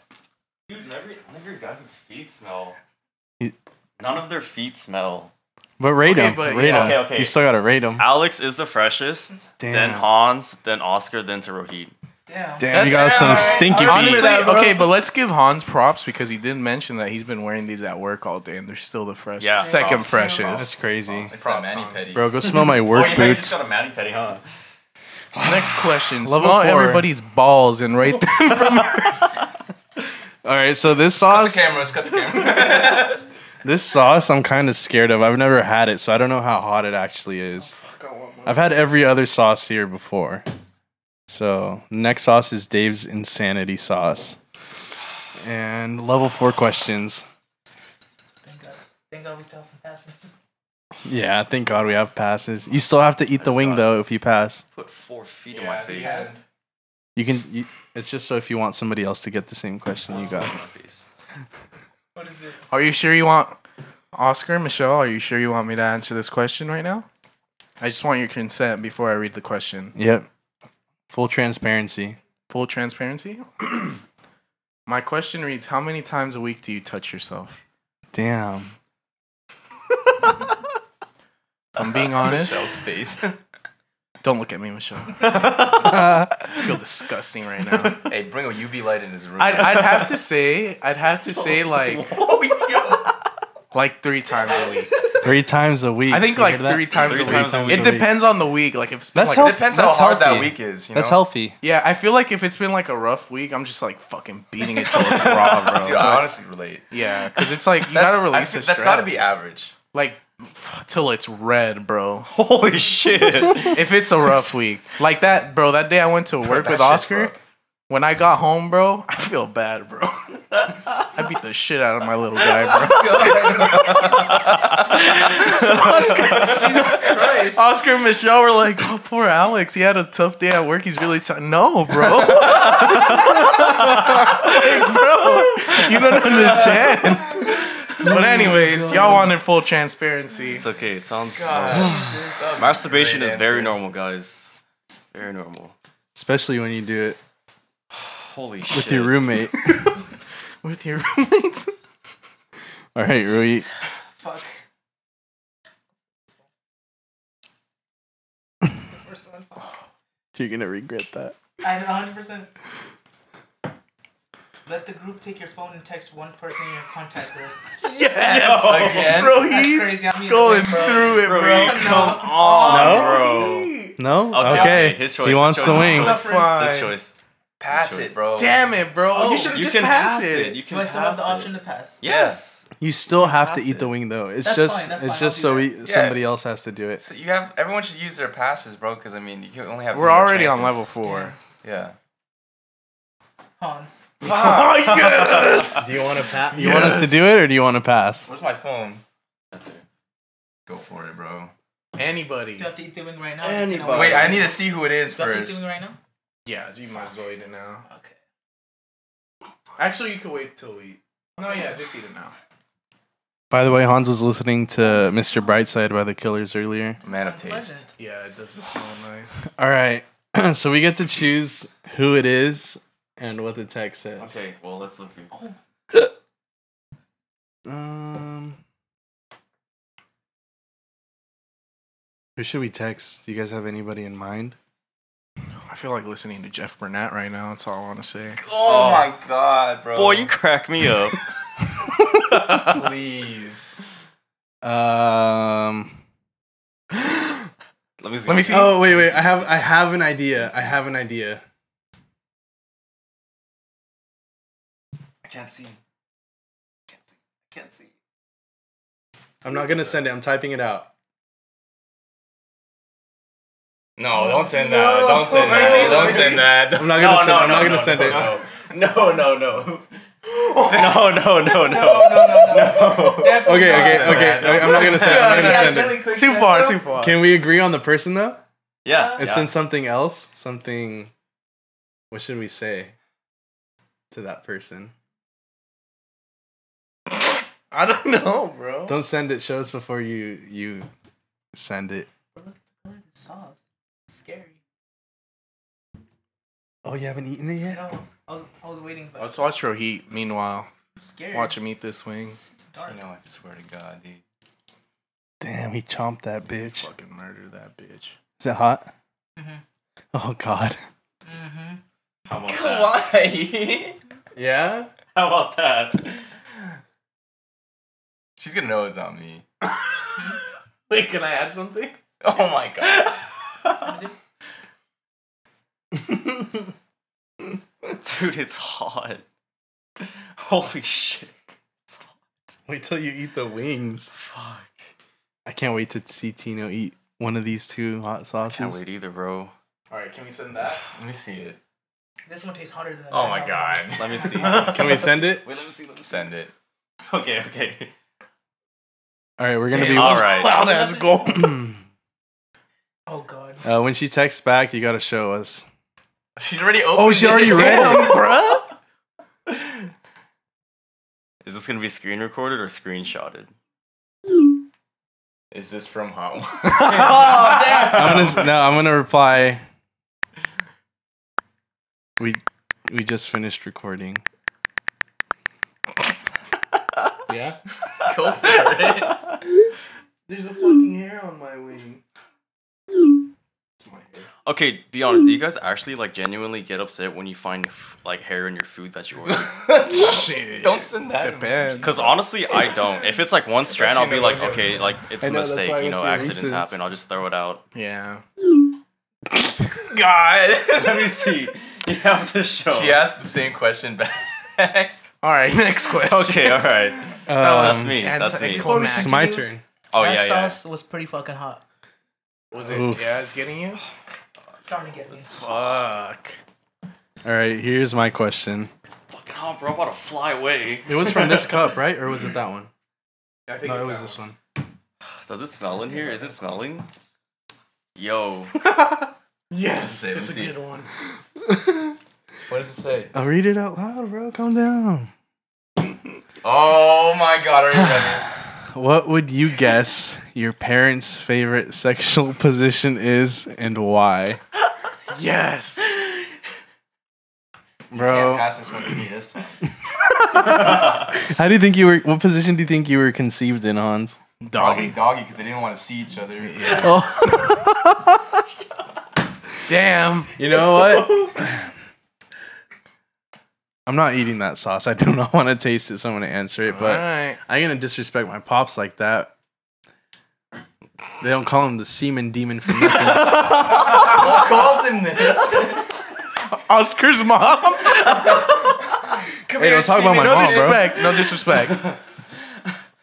D: Dude, none of your- none of your guys' feet smell.
C: He-
D: None of their feet smell.
C: But rate
B: Okay,
C: him.
B: but-
C: rate him.
B: yeah,
D: okay, okay.
C: You still gotta rate him.
D: Alex is the freshest,
C: Damn.
D: then Hans, then Oscar, then to Rohit.
F: Damn.
C: Damn, you got some stinky
B: Honestly,
C: feet.
B: okay, but let's give Hans props because he did mention that he's been wearing these at work all day and they're still the freshest.
D: Yeah,
B: second
D: props.
C: That's
B: freshest.
C: crazy.
D: It's that mani pedi.
C: Bro, go smell my
D: oh,
C: work
D: yeah,
C: boots.
D: you just got a mani pedi, huh?
B: Next question.
C: Level
B: Smell
C: four.
B: everybody's balls and rate them.
C: All right, so this
D: Cut
C: sauce,
D: the cameras, cut the cameras.
C: this sauce, I'm kind of scared of. I've never had it, so I don't know how hot it actually is.
D: Oh,
C: I've had every other sauce here before. So next sauce is Dave's insanity sauce, and level four questions.
F: Thank God. Thank God we still have some passes.
C: Yeah, thank God we have passes. You still have to eat the wing though if you pass.
D: Put four feet in my face.
C: You can. You, it's just so if you want somebody else to get the same question you got.
D: In my face.
F: What is it?
B: Are you sure you want Oscar, Michelle? Are you sure you want me to answer this question right now? I just want your consent before I read the question.
C: Yep. Full transparency.
B: Full transparency. My question reads: How many times a week do you touch yourself?
C: Damn.
B: If I'm being honest.
D: Michelle's face.
B: Don't look at me, Michelle. I feel disgusting right now.
D: hey, bring a UV light in his room.
B: I'd, I'd have to say, I'd have to say like, like three times a week.
C: Three times a week.
B: I think
C: You
B: like
C: hear that?
B: three times,
D: Three
B: a,
D: times
B: week.
D: a
B: It
C: week.
B: depends on the week. Like if it's been,
C: That's
B: like,
C: healthy.
D: Depends
C: That's
D: how hard
C: healthy.
D: that week is. You
C: That's
D: know?
C: healthy.
B: yeah, I feel like if it's been like a rough week, I'm just like fucking beating it till it's raw, bro.
D: Dude, I honestly relate.
B: Yeah, because it's like you
D: That's,
B: gotta
D: I
B: release
D: feel-
B: the
D: that's
B: stress.
D: gotta be average.
B: like f- till it's red, bro.
D: Holy shit.
B: if it's a rough week like that, bro. That day I went to work
D: that
B: with
D: shit's
B: Oscar.
D: rough.
B: When I got home, bro, I feel bad, bro. I beat the shit out of my little guy, bro. Oscar, Oscar and Michelle were like, "Oh, poor Alex. He had a tough day at work. He's really tired." No, bro. Like, bro, you don't understand. But anyways, y'all wanted full transparency.
D: It's okay. It sounds. Masturbation is very normal, guys. Very normal.
C: Especially when you do it
D: Holy shit.
C: with your roommate.
B: With your roommates.
C: All right, Rui.
F: Fuck. The first one.
C: You're gonna regret that.
F: I know, 100%. Let the group take your phone and text one person in your contact list.
B: Yes,
D: Again?
B: bro.
F: That's
B: He's
F: crazy. I'm using
B: going
F: it, bro.
B: through it, bro.
D: Come on,
C: No.
D: Okay,
C: Okay.
D: okay, his choice,
C: He
D: his
C: wants
D: choice,
C: the
D: his
C: wing.
D: choice. bro.
B: Fine.
D: This choice.
E: Pass
D: choice.
E: it, bro.
B: Damn it, bro. you should have
D: You
B: just
D: can
B: passed it.
D: You can
F: Do I still have
D: pass
F: the option
D: it.
F: to pass?
D: Yes.
C: You still have to
D: Pass
C: eat
D: it.
C: the wing though. It's
F: That's
C: just
F: fine, that's
C: it's
F: fine,
C: just
F: I'll
C: so
F: do
C: we, somebody else has to do it.
E: So you have everyone should use their passes, bro. Because I mean, you only have. two
B: We're
E: more
B: already on
E: chances.
B: level four.
E: Yeah.
F: Hans.
B: Oh yes.
C: Do you want to pass? You want us to do it or do you want to pass?
E: Where's my phone? Go for it, bro.
B: Anybody?
F: Do you have to eat the wing right now?
B: Anybody.
E: Wait, I need to see who it is
F: Do you have to eat the
E: first.
F: wing right now?
B: Yeah, you might as well eat it now.
F: Okay.
B: Actually, you could wait till we. eat. No, yeah, just eat it now.
C: By the way, Hans was listening to Mr. Brightside by the Killers earlier.
E: Man of
F: Pleasant.
E: taste.
B: Yeah, it doesn't smell nice.
C: All right. so we get to choose who it is and what the text says.
D: Okay, well, let's look. here.
C: Um, who should we text? Do you guys have anybody in mind?
B: I feel like listening to Jeff Burnett right now. That's all I want to say.
E: Oh, my god, bro.
D: Boy, you crack me up.
E: please.
C: Um.
D: Let me see.
B: Let me see.
C: Oh wait, wait. I have I have an idea. I have an idea.
E: I can't see. Can't see. Can't see.
C: I'm not gonna send it. I'm typing it out.
E: No, don't send that. Don't send
B: Let me see,
E: that.
B: let me
E: Don't send that.
C: I'm not gonna send. it. I'm not gonna send it.
E: No, no, no.
D: No, no, no, no.
F: No, no, no. Definitely
C: Okay, okay,
E: send
F: not.
C: okay.
E: that.
C: I- I'm not gonna send it. I'm not
F: Yeah,
C: gonna send it.
F: really quick,
B: Too
F: yeah.
B: far. Too far.
C: Can we agree on the person though?
D: Yeah.
C: And
D: yeah.
C: send something else. Something. What should we say? To that person.
B: I don't know, bro.
C: Don't send it. Show us before you you send it.
F: Look at the sauce. It's scary.
C: Oh, you haven't eaten it yet.
F: No, I was, I was waiting, but
B: Let's watch your heat. Meanwhile,
F: I'm scared.
B: watch him eat this wing.
F: It's dark.
E: You know, I swear to God, dude.
C: Damn, he chomped that bitch.
B: Fucking murder that bitch.
C: Mm-hmm. Is it hot?
F: Mhm.
C: Oh God.
F: Mm-hmm.
D: How about that?
F: Why?
C: Yeah?
D: How about that?
E: She's gonna know it's not me.
F: Wait, can I add something?
E: Oh my god. Dude, it's hot. Holy shit.
C: Wait till you eat the wings. Fuck. I can't wait to see Tino eat one of these two hot sauces.
E: Can't wait either, bro.
B: Alright, can we send that?
E: Let me see it.
F: This one tastes hotter than that.
E: Oh my god. Let me see.
C: Can we send it?
E: Wait, let me see. Let me send it. Okay, okay.
C: All right, we're gonna be.
E: All right.
B: Loud ass gold.
F: Oh god.
C: Uh, when she texts back, you gotta show us.
E: She's already opened.
C: Oh, she already
E: it.
C: read. it.
E: Is this gonna be screen recorded or screenshotted? Is this from Hot One?
C: I'm gonna s- no. I'm gonna reply. We we just finished recording. Yeah.
E: Go for it.
B: There's a fucking hair on my wing.
E: Okay, be honest. Do you guys actually like genuinely get upset when you find f- like hair in your food that you order?
B: Shit. Don't send that. Depends.
E: Because honestly, I don't. If it's like one strand, I'll be like, okay, like it's
C: I
E: a
C: know, that's
E: mistake.
C: why I
E: You
C: went
E: know,
C: to
E: accidents
C: Reese's.
E: happen. I'll just throw it out.
B: Yeah.
E: God, let me see. You have to show.
D: She asked the same question back.
B: Alright, next question.
E: Okay, all right. That's
C: Um,
E: me. That's me.
B: Anti-
C: it's my turn.
E: Oh
F: that
E: yeah, yeah.
F: sauce was pretty fucking hot.
B: Was it?
C: Oof.
B: Yeah, it's getting you.
F: It's starting to get me.
B: Fuck.
C: All right. Here's my question.
E: Fucking hell, bro! I'm about to fly away.
C: It was from this cup, right? Or was it that one?
B: I think
C: No, it was this one.
E: Does it smell in here? Is it smelling? Yo.
B: Yes,
E: Let me
B: it's a
E: see.
B: good one.
E: What does it say?
C: I'll read it out loud, bro. Calm down.
E: Oh my god, are you ready?
C: What would you guess your parents' favorite sexual position is and why?
B: Yes.
C: Bro,
E: Pass this one to me this time.
C: how do you think you were? What position do you think you were conceived in, Hans?
E: Doggy, doggy, because they didn't want to see each other.
B: Damn.
C: You know what? I'm not eating that sauce. I do not want to taste it, so I'm going to answer it. But
B: Alright.
C: I'm going to disrespect my pops like that. They don't call him the semen demon for nothing.
E: Calls him this.
B: Oscar's mom.
C: hey, don't talk about my mom,
B: no
C: bro.
B: disrespect. No disrespect.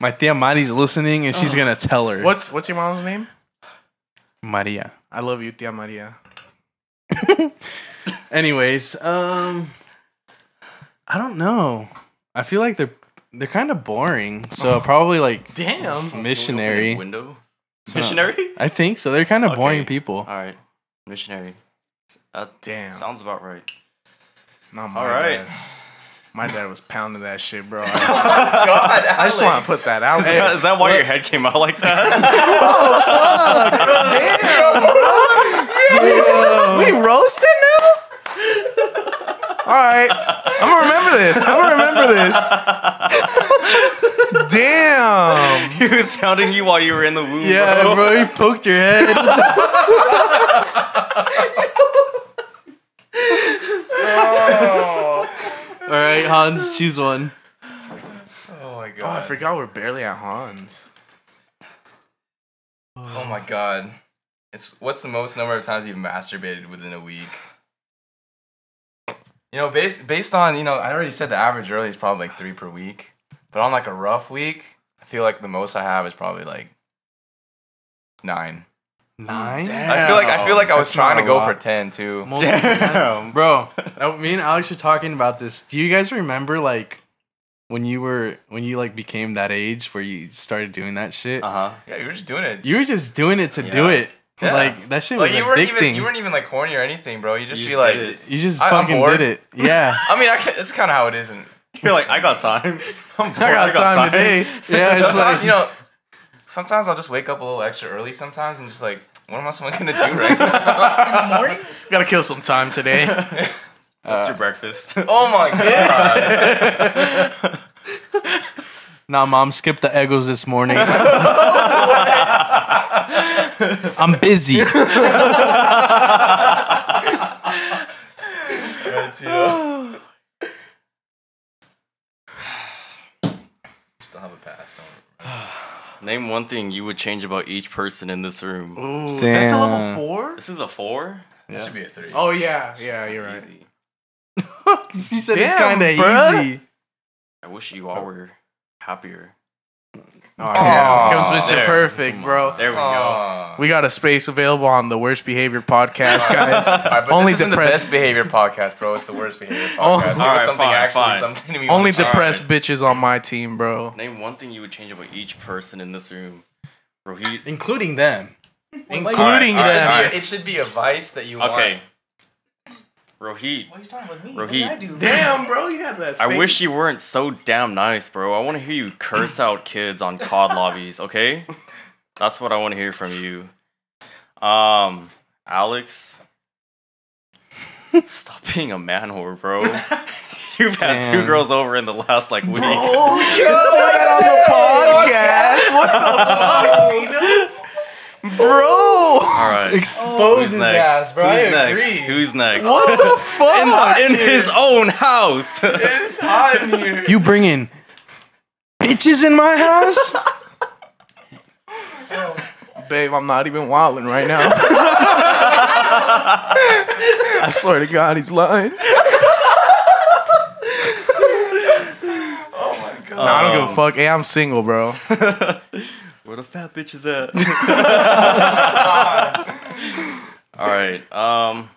C: My tia Mari's listening, and she's going to tell her.
B: What's what's your mom's name?
C: Maria?
B: I love you, Tia Maria.
C: Anyways, um, I don't know. I feel like they're they're kind of boring. So probably like
B: Damn.
C: missionary.
E: Window. Missionary.
C: I think so. They're kind of
E: Okay.
C: boring people.
E: All right, missionary. That
B: Damn.
E: sounds about right.
B: Not Oh, my
E: All right.
B: dad. My dad was pounding that shit, bro. I just want to put that out
E: Is that-
B: there.
E: is that why your head came out like that?
B: we roasted now? All right. I'm going to remember this. I'm going to remember this. Damn.
E: he was pounding you while you were in the womb.
C: Yeah, bro, you poked your head. All right, Hans, choose one.
E: Oh my
B: Oh, I
E: god.
B: forgot we're barely at Hans.
E: Oh my god. It's what's the most number of times you've masturbated within a week? You know, based based on, you know, I already said the average early is probably like 3 per week. But on like a rough week, I feel like the most I have is probably like 9.
C: Nine.
E: I feel like I feel like I was
B: That's
E: trying
B: not
E: to
B: a
E: go
B: lot.
E: for 10 too.
C: Damn, bro. I- Me and Alex were talking about this. Do you guys remember like when you were when you like became that age where you started doing that shit?
D: Uh,
E: Uh-huh. Yeah, you were just doing it.
C: You were just doing it to do
E: Yeah.
C: it.
E: Yeah.
C: Like that shit was
E: like you weren't
C: addicting.
E: even you weren't even like horny or anything, bro. You just be like
C: You just
E: I- I'm
C: fucking
E: bored.
C: did it. Yeah.
E: I mean, I, ca- that's kind of how it is. And
D: You're like, I got time. I'm bored, I got, time.
C: today. Yeah, it's
E: sometimes,
C: like
E: you know, sometimes I'll just wake up a little extra early. Sometimes and just like, what am I supposed to do right now?
B: Gotta kill some time today.
D: That's your breakfast.
E: Oh my god!
C: Nah, mom, skip the egos this morning. I'm busy.
E: Tito. Still have a pass.
D: Name one thing you would change about each person in this room.
B: Ooh, that's a level
C: Damn.
B: four.
D: This is a four.
E: That should be a three.
B: Oh yeah, yeah, you're right.
D: Easy.
C: he said it's
B: Damn,
C: kind of
B: bruh.
C: easy.
D: I wish you
E: Oh.
D: all were happier.
B: Oh, yeah. Comes Mr.
D: There.
B: Perfect, bro.
D: There we go.
E: Aw.
B: We got a space available on the Worst Behavior podcast, guys.
E: All right, but
B: Only
E: this isn't the
B: depressed-
E: best behavior podcast, bro. It's the worst behavior podcast. Give us
D: alright,
E: something
D: fine,
E: actually,
D: fine.
E: something we
B: Only
E: wanna try.
B: depressed bitches on my team, bro.
D: Name one thing you would change about each person in this room. Rohit.
C: Including them.
B: Including
E: It should be-
B: them.
E: It should be a vice that you want.
D: Okay. Rohit.
F: Why are you starting with me?
D: Rohit.
F: What did I do?
B: Damn, bro, you had that.
D: I wish you weren't so damn nice, bro. I want to hear you curse out kids on COD lobbies, okay? That's what I want to hear from you. Um, Alex, stop being a man whore, bro. You've had two
C: Damn.
D: girls over in the last like week.
B: bro.
D: All right. Oh.
C: Expose his
D: next?
C: ass, bro. I
D: Who's next?
C: agree.
D: Who's next?
B: What the fuck?
D: In his own house.
C: You bring in bitches in my house?
B: Babe, I'm not even wilding right now. I swear to God, he's lying. oh my God. Nah, I don't give a fuck. Hey, I'm single, bro.
D: Where the fat bitch is at? All right. Um,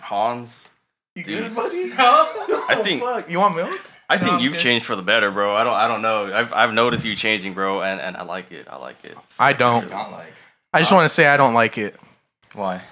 D: Hans. You good, buddy? I think
B: Fuck, you want milk?
D: I think you've changed for the better, bro. I don't I don't know. I've I've noticed you changing, bro, and, and I like it. I like it. So-
B: I don't. I just want to say I don't like it.
E: Why?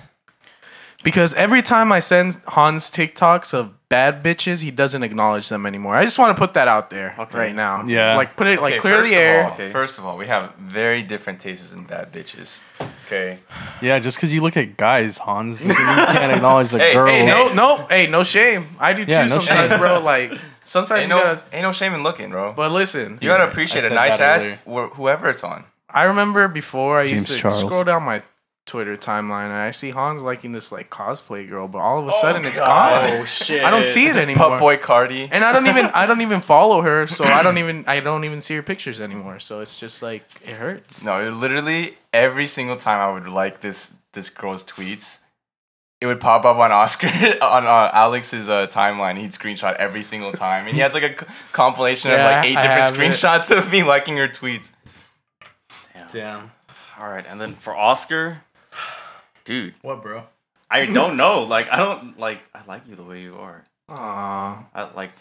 B: Because every time I send Hans TikToks of bad bitches, he doesn't acknowledge them anymore. I just want to put that out there
D: Okay.
B: right now.
C: Yeah.
B: Like, put it, like,
E: Okay,
B: clear
E: first
B: the
E: of
B: air.
E: all- First of all, we have very different tastes in bad bitches. Okay.
C: Yeah, just because you look at guys, Hans, doesn't mean you can't acknowledge the
E: Hey, hey,
C: girl.
B: No, no, hey, no shame. I do
C: Yeah,
B: too
C: no
B: sometimes,
C: shame.
B: bro. Like, sometimes
E: Ain't
B: you
E: no,
B: gotta.
E: ain't no shame in looking, bro.
B: But listen,
E: you gotta appreciate
C: I
E: a
C: said
E: nice
C: that
E: ass,
C: earlier.
E: wh- whoever it's on.
B: I remember before I used
C: James
B: to
C: Charles.
B: scroll down my Twitter timeline and I see Hans liking this like cosplay girl, but all of a sudden it's
E: Oh, God. Oh,
B: gone.
D: shit.
B: I don't see it anymore.
E: Pup boy Cardi.
B: And I don't even I don't even follow her, so I don't even I don't even see her pictures anymore. So it's just like it hurts.
E: No, it literally every single time I would like this this girl's tweets, it would pop up on Oscar on uh, Alex's uh, timeline. He'd screenshot every single time, and he has like a c- compilation
B: Yeah,
E: of like eight
B: I
E: different
B: have it.
E: screenshots of me liking her tweets.
C: Damn.
D: All right, and then for Oscar, dude,
C: What, bro?
D: I don't know. Like I don't like I like you the way you are.
B: Aw.
D: I like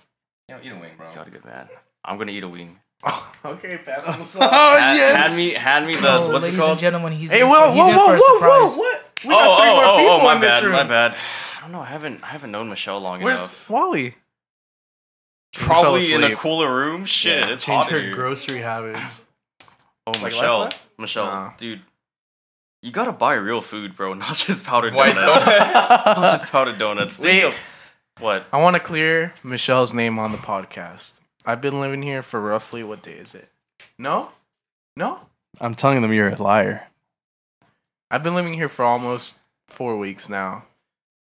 E: You know, you know, wing, bro.
D: you got a good man. I'm gonna eat a wing.
B: Okay, pass on the
D: Oh, hand, hand me hand me the
F: Oh,
D: what's it
F: ladies
D: called?
F: and gentlemen, he's
B: Hey,
F: in,
B: whoa,
F: he's
B: whoa,
F: in
B: whoa,
F: for a
B: whoa, whoa,
F: surprise.
B: what? We
D: oh,
B: got three
D: oh,
B: more
D: oh,
B: people
D: oh, my
B: in this
D: bad,
B: room.
D: my bad. I don't know. I haven't I haven't known Michelle long enough.
B: Where's Wally?
D: Probably in a
B: asleep.
D: cooler room. Shit, it's
C: Change
D: hot in
C: her
D: here.
C: grocery habits.
D: Oh,
B: Like
D: Michelle,
B: left
D: Michelle,
B: Nah.
D: dude, you gotta buy real food, bro. Not just powdered
E: White
D: donuts. not just powdered donuts. Think
B: Wait.
D: of- what?
B: I want to clear Michelle's name on the podcast. I've been living here for roughly what day is it? No? No?
C: I'm telling them you're a liar.
B: I've been living here for almost four weeks now,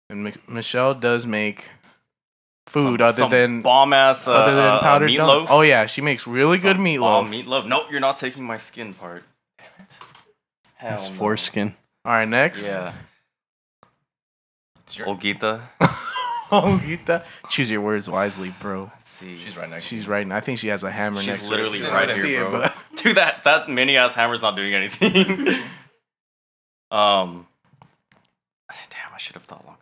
B: and M- Michelle does make food other than
D: bomb ass uh,
B: other than powdered
D: meatloaf.
B: donuts. Oh yeah, she makes really good
D: Some
B: meatloaf.
D: bomb meatloaf. Nope, you're not taking my skin part. Damn it. Hell
C: His
D: no.
C: foreskin.
B: All right, next.
D: Yeah. Olgita.
B: Oh, get that. Choose your words wisely, bro.
D: Let's see.
E: She's right next. to
B: She's writing. I think she has a hammer
D: She's
B: next. to her.
D: literally
B: She
E: right
B: can't
E: here,
B: see it,
E: bro.
B: but-
D: Dude, that that mini ass hammer's not doing anything. um. Damn, I should have thought longer.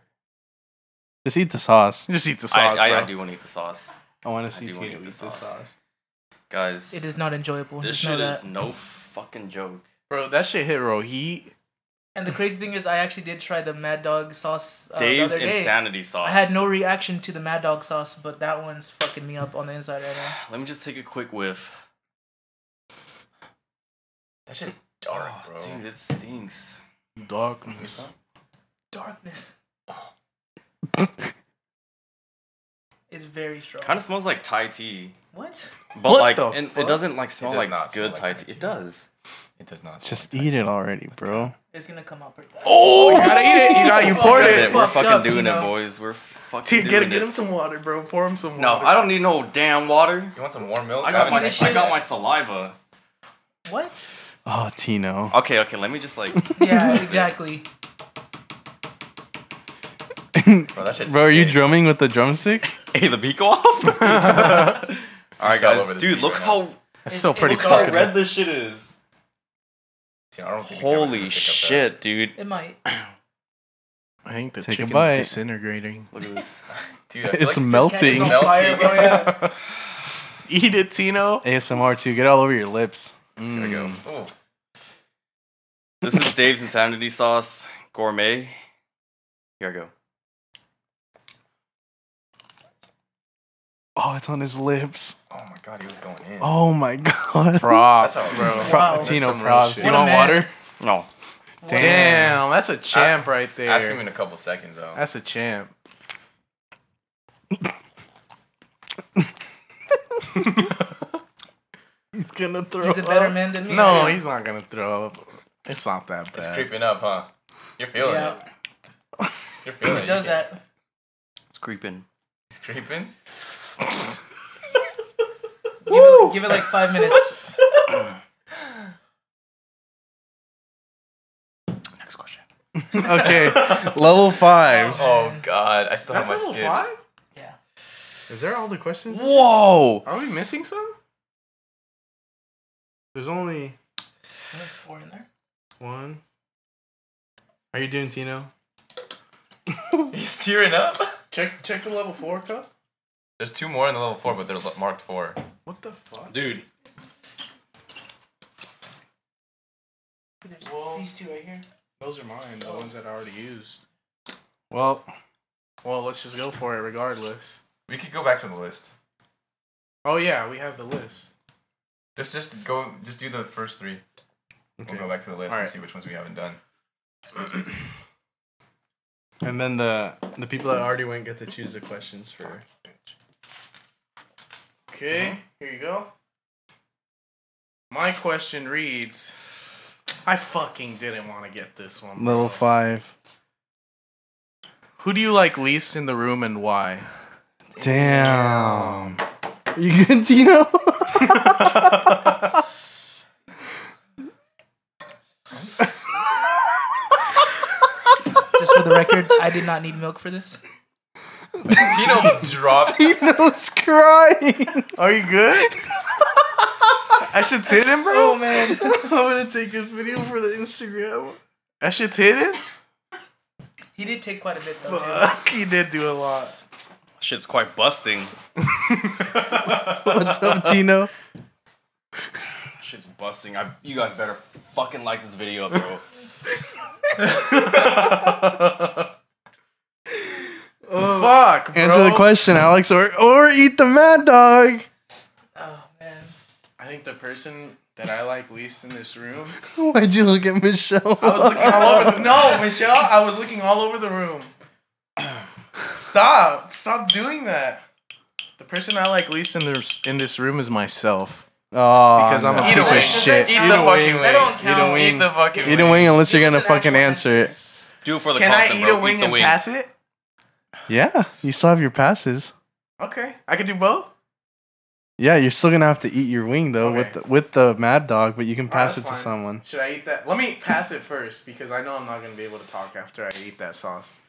C: Just eat the sauce.
B: Just eat the sauce,
D: I,
B: bro.
D: I, I do want to eat the sauce,
C: I want to
D: see
C: see
D: do wanna Tito
C: Tito
D: eat
C: eat the
D: the eat the sauce.
C: sauce.
D: sauce. guys.
F: It is not enjoyable.
D: This
F: Just know
D: shit
F: that.
D: is no fucking joke.
B: bro. That shit hit Rohit.
F: And the crazy thing is, I actually did try the Mad Dog sauce. Uh,
D: Dave's
F: the other day.
D: insanity sauce.
F: I had no reaction to the Mad Dog sauce, but that one's fucking me up on the inside right now.
D: Let me just take a quick whiff.
E: That's just dark, bro.
D: Oh, Dude, it stinks.
B: Darkness.
F: Darkness. it's very strong.
D: Kind of smells like Thai tea,
F: What?
D: but
B: What
D: like,
B: the
D: and
B: fuck?
D: it doesn't like smell
E: does
D: like
E: not smell
D: good
E: like
D: Thai
E: Thai
D: tea.
E: tea.
D: It does.
E: It does not.
C: Just eat it already, bro.
F: It's gonna come out perfect.
B: Oh, you gotta eat it. You got you poured
D: Get it.
B: it.
D: We're
F: Fucked
D: fucking
F: up,
D: doing
F: Gino.
D: it, boys. We're fucking
B: Dude,
D: doing
B: get get
D: it.
B: him some water, bro. Pour him some
D: no,
B: water.
D: I don't need no damn water.
E: You want some warm milk?
D: I got my
E: haven't
F: this
E: you?
D: I
F: shit.
D: got my saliva.
F: What?
C: Oh, Tino.
D: Okay, okay. Let me just like.
F: Yeah, exactly.
E: Bro, that shit's
C: Bro, are you
E: thick.
C: drumming with the drumsticks?
D: hey, the beat go off. All right,
E: all
D: guys.
E: over this
D: Dude,
E: beat
D: look
E: right now.
D: how
B: That's still pretty
D: look how
B: fucking.
D: red this shit is.
E: Dude, I don't think the camera's gonna pick
D: Holy
E: up
D: shit, dude.
F: It might.
B: I think the
C: Take a
B: chicken's
C: bite.
B: disintegrating.
D: Look at this.
E: that. Dude, I feel
C: It's
E: like
C: melting.
E: it's melting.
B: Eat it, Tino.
C: ASMR too. Get all over your lips.
E: Here we go. Oh.
C: Mm.
E: Ooh.
D: This is Dave's Insanity Sauce Gourmet. Here I go.
C: Oh, it's on his lips.
E: Oh my god, he was going in.
C: Oh my god.
E: That's
B: Props.
E: how, bro.
C: Pro-
F: Wow.
C: Tino
B: That's some real
C: props.
B: shit.
C: You
F: What a
C: want
F: man.
C: water?
D: No.
B: Damn. that's a champ right there.
E: Ask him in a couple seconds though.
B: That's a champ.
C: He's gonna throw
F: He's a better man than me.
B: No, Oh, he's not gonna throw up. It's not that bad.
E: It's creeping up, huh? You're feeling
F: Yeah,
E: it. You're feeling it.
F: he does
E: You get-
F: that.
D: It's creeping.
E: It's creeping.
F: Give it like five minutes.
D: Next question.
C: Okay, level fives.
E: Oh god, I still
B: That's
E: have my
B: level
E: skips.
B: five.
F: Yeah.
C: Is there all the questions?
D: Whoa!
B: Are we missing some?
C: There's only
F: There's Four in there.
C: one. Are you doing Tino?
E: He's tearing up.
B: Check check the level four cup.
E: There's two more in the level four, but they're lo- marked four.
B: What the fuck?
D: Dude.
F: There's these two right here.
B: Those are mine. The ones that I already used.
C: Well,
B: Well, let's just go for it regardless.
E: We could go back to the list.
B: Oh yeah, we have the list.
E: Just, just go. Just do the first three. We'll go back to the list and
B: Alright.
E: see which ones we haven't done.
C: and then the the people that already went get to choose the questions for. Uh-huh.
B: Okay, here you go. My question reads I fucking didn't want to get this one.
C: Level five.
B: Who do you like least in the room and why?
C: Damn. Are you good, Tino?
F: Just for the record, I did not need milk for this.
E: Tino dropped.
C: Tino's crying.
B: Are you good? I should hit him, bro.
C: Oh man, I'm gonna take a video for the Instagram.
B: That shit's hidden?
F: He did take quite a bit though. Too.
B: Fuck, he did do a lot.
D: Shit's quite busting.
C: What's up, Tino?
D: Shit's busting. I, you guys better fucking like this video, bro.
B: Fuck, bro.
C: Answer the question, Alex, or or eat the mad dog.
F: Oh man.
B: I think the person that I like least in this room.
C: Why'd you look at Michelle?
B: I was looking all over the No, Michelle, I was looking all over the room. Stop. Stop doing that. The person I like least in this in this room is myself.
C: Oh,
B: Because I'm a
E: Eat a
B: piece
E: wing.
B: of shit.
E: Eat the fucking
F: That
E: wing.
F: don't
C: Eat a
F: count.
C: wing.
E: Eat the fucking
C: Eat a wing unless you're gonna
F: Give us an
C: fucking
F: actual
C: answer it.
D: Do it for the
B: Can I
D: content,
B: eat
D: bro.
B: a wing
D: eat the
B: and
D: wing.
B: pass it?
C: Yeah, you still have your passes.
B: Okay. I could do both?
C: Yeah, you're still gonna have to eat your wing though with
B: Okay.
C: the, with the mad dog, but you can pass it
B: that's
C: to
B: fine.
C: someone.
B: Should I eat that? Let me pass it first because I know I'm not gonna be able to talk after I eat that sauce.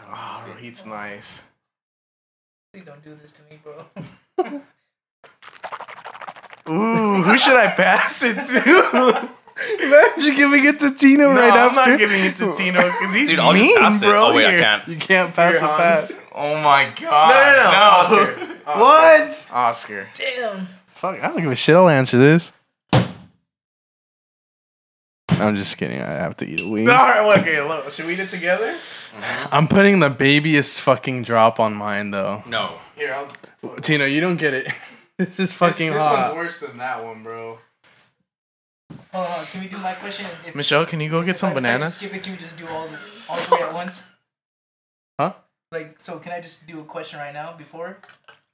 B: Oh, he's nice.
F: Please don't do this to me, bro.
B: Ooh, who should I pass it to?
C: Imagine giving it to Tino
B: No,
C: right
B: I'm
C: after.
B: not giving it to Tino because he's
D: Dude, I'll
B: mean,
D: just pass
B: bro.
D: it. Oh, wait,
B: You're-
D: I can't.
C: you can't pass a
B: You're
C: pass.
E: Oh my god.
B: No, no, no. Oscar. Oscar.
C: What?
B: Oscar.
F: Damn.
C: Fuck, I don't give a shit. I'll answer this. I'm just kidding. I have to eat a wing.
B: All right, okay. Look, should we eat it together?
C: I'm putting the babyest fucking drop on mine though.
D: No.
B: Here, I'll.
C: Tino, you don't get it. this is
B: This,
C: fucking
B: this one's
C: hot.
B: worse than that one, bro.
F: Hold on. Can we do my question? If,
B: Michelle, can you go get some
F: if I decide to skip
B: bananas?
F: it, can we just do all the, all three at once?
C: Huh?
F: Like, so can I just do a question right now before,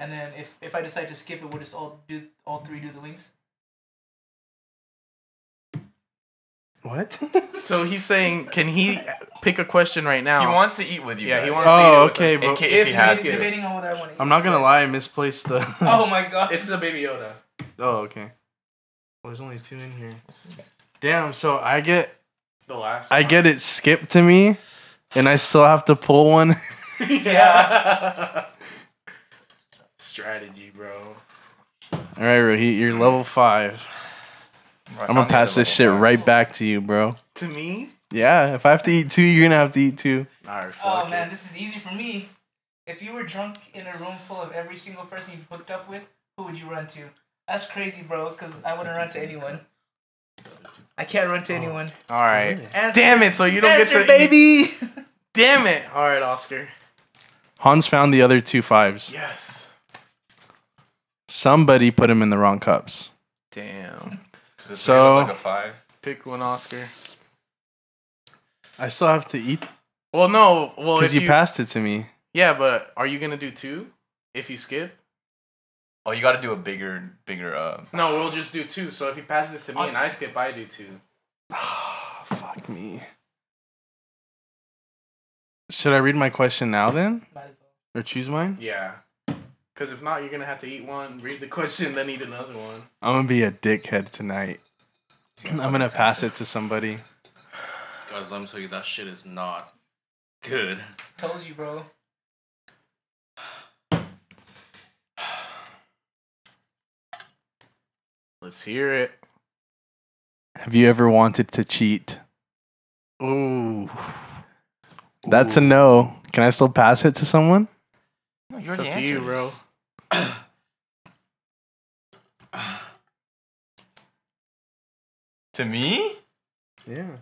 F: and then if if I decide to skip it, we'll just all do all three do the wings.
C: What?
B: So he's saying, can he pick a question right now?
E: He wants to eat with you.
B: Yeah,
E: guys.
B: he wants
C: Oh,
B: to
C: okay,
B: eat it with us.
C: but-
E: In ca- if he has
F: He's
E: to.
F: debating on whether I want to.
C: I'm not gonna lie, I misplaced the.
F: Oh my god.
B: It's the baby Yoda.
C: Oh, okay. Well, there's only two in here. Damn. So I get
B: The last.
C: I get it skipped to me, and I still have to pull one.
B: Yeah. Strategy, bro.
C: All right, Rohit, you're level five.
E: I
C: I'm gonna
E: found the
C: pass
E: other
C: this shit
E: level.
C: right back to you, bro.
B: To me?
C: Yeah, if I have to eat two, you're gonna have to eat two.
B: Alright,
F: Oh man, this is easy for me. If you were drunk in a room full of every single person you've hooked up with, who would you run to? That's crazy, bro. Because I wouldn't run to anyone. I can't run
B: Oh.
F: to anyone.
B: Alright.
F: Answer-
B: Damn it, so you don't
F: Answer,
B: get to eat.
F: baby.
B: Damn it. Alright, Oscar.
C: Hans found the other two fives.
B: Yes.
C: Somebody put them in the wrong cups.
B: Damn.
E: Does this
C: So-
E: look like a five?
B: Pick one, Oscar.
C: I still have to eat
B: Well, no. Well,
C: because
B: if
C: you,
B: you,
C: passed it to me.
B: Yeah, but are you gonna do two? If you skip?
E: Oh, you got to do a bigger, bigger. Uh,
B: No, we'll just do two. So if he passes it to me and I skip, I do two. Oh,
C: Fuck me. Should I read my question now then,
F: Might as well.
C: or choose mine?
B: Yeah. Because if not, you're gonna have to eat one, read the question, then eat another one.
C: I'm gonna be a dickhead tonight. I'm gonna pass it to somebody.
D: Guys, let me tell you, that shit is not good.
F: Told you, bro.
B: Let's hear it.
C: Have you ever wanted to cheat?
B: Ooh.
C: That's a no. Can I still pass it to someone?
E: no, you
B: It's up to you, bro.
E: To me,
C: Yeah.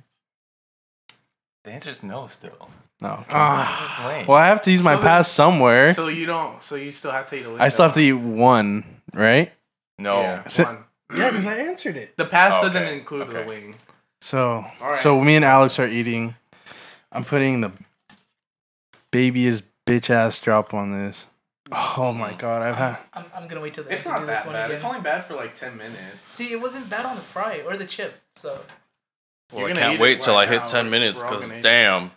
E: the answer is no. Still,
C: No. okay.
E: this is lame.
C: well, I have to use my
B: Ah. So the-
C: pass somewhere.
B: So you don't. So you still have to eat a little.
C: I still have to eat one, right?
E: No,
B: Yeah,
C: So-
B: one.
C: Yeah, Oh, because I answered it.
B: The pass
E: Okay,
B: doesn't include the
E: okay.
B: wing.
C: So,
B: All right.
C: so me and Alex are eating. I'm putting the babyest bitch ass drop on this. Oh my god, I've had.
F: I'm, I'm gonna wait till the
B: It's
F: end to
B: not
F: do this
B: that
F: one
B: bad.
F: again.
B: It's only bad for like ten minutes.
F: See, it wasn't bad on the fry or the chip, so
D: Well,
B: You're
D: I
B: gonna eat
D: can't
B: it
D: wait till
B: right
D: I hit
B: now.
D: 10 minutes
B: We're all
D: because
B: gonna eat it.
D: damn.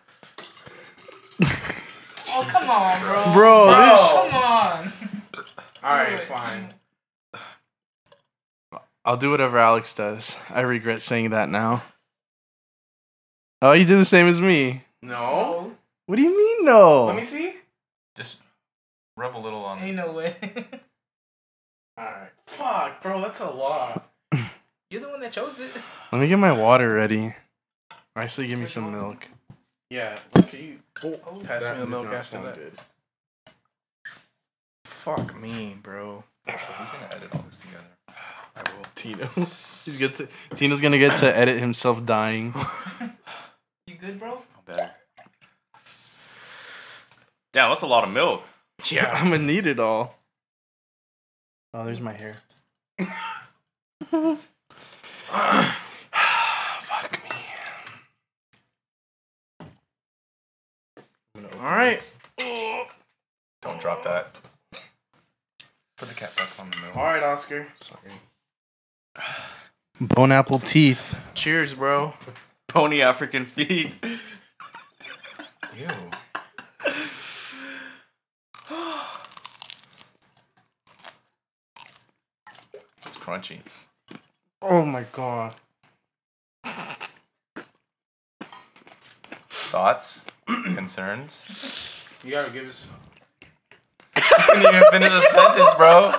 F: Oh come on, bro.
C: Bro,
F: Oh, come on.
B: All right,
F: it.
B: fine.
C: I'll do whatever Alex does. I regret saying that now. Oh, you did the same as me.
B: No.
C: What do you mean, no?
B: Let me see.
E: just rub a little on.
F: Ain't no way.
B: All right. Fuck, bro. That's a lot.
F: You're the one that chose it.
C: Let me get my water ready. Or Actually, give me some milk.
B: Yeah. Can you pass me the milk after that? Fuck me, bro.
E: Who's gonna edit all this together?
C: Tino. He's good to, Tino's gonna get to edit himself dying.
F: You good, bro?
D: Damn, that's a lot of milk.
C: Yeah, I'm gonna need it all. Oh, there's my hair. Fuck me.
B: All right.
E: Don't drop that. Put the cat back on the
B: All
E: middle.
B: right, Oscar.
C: Bone apple teeth.
B: Cheers, bro.
D: Pony African feet.
E: Ew. it's crunchy.
C: Oh my god.
E: Thoughts? Concerns?
B: You gotta give us.
E: Can you even finish a sentence, bro?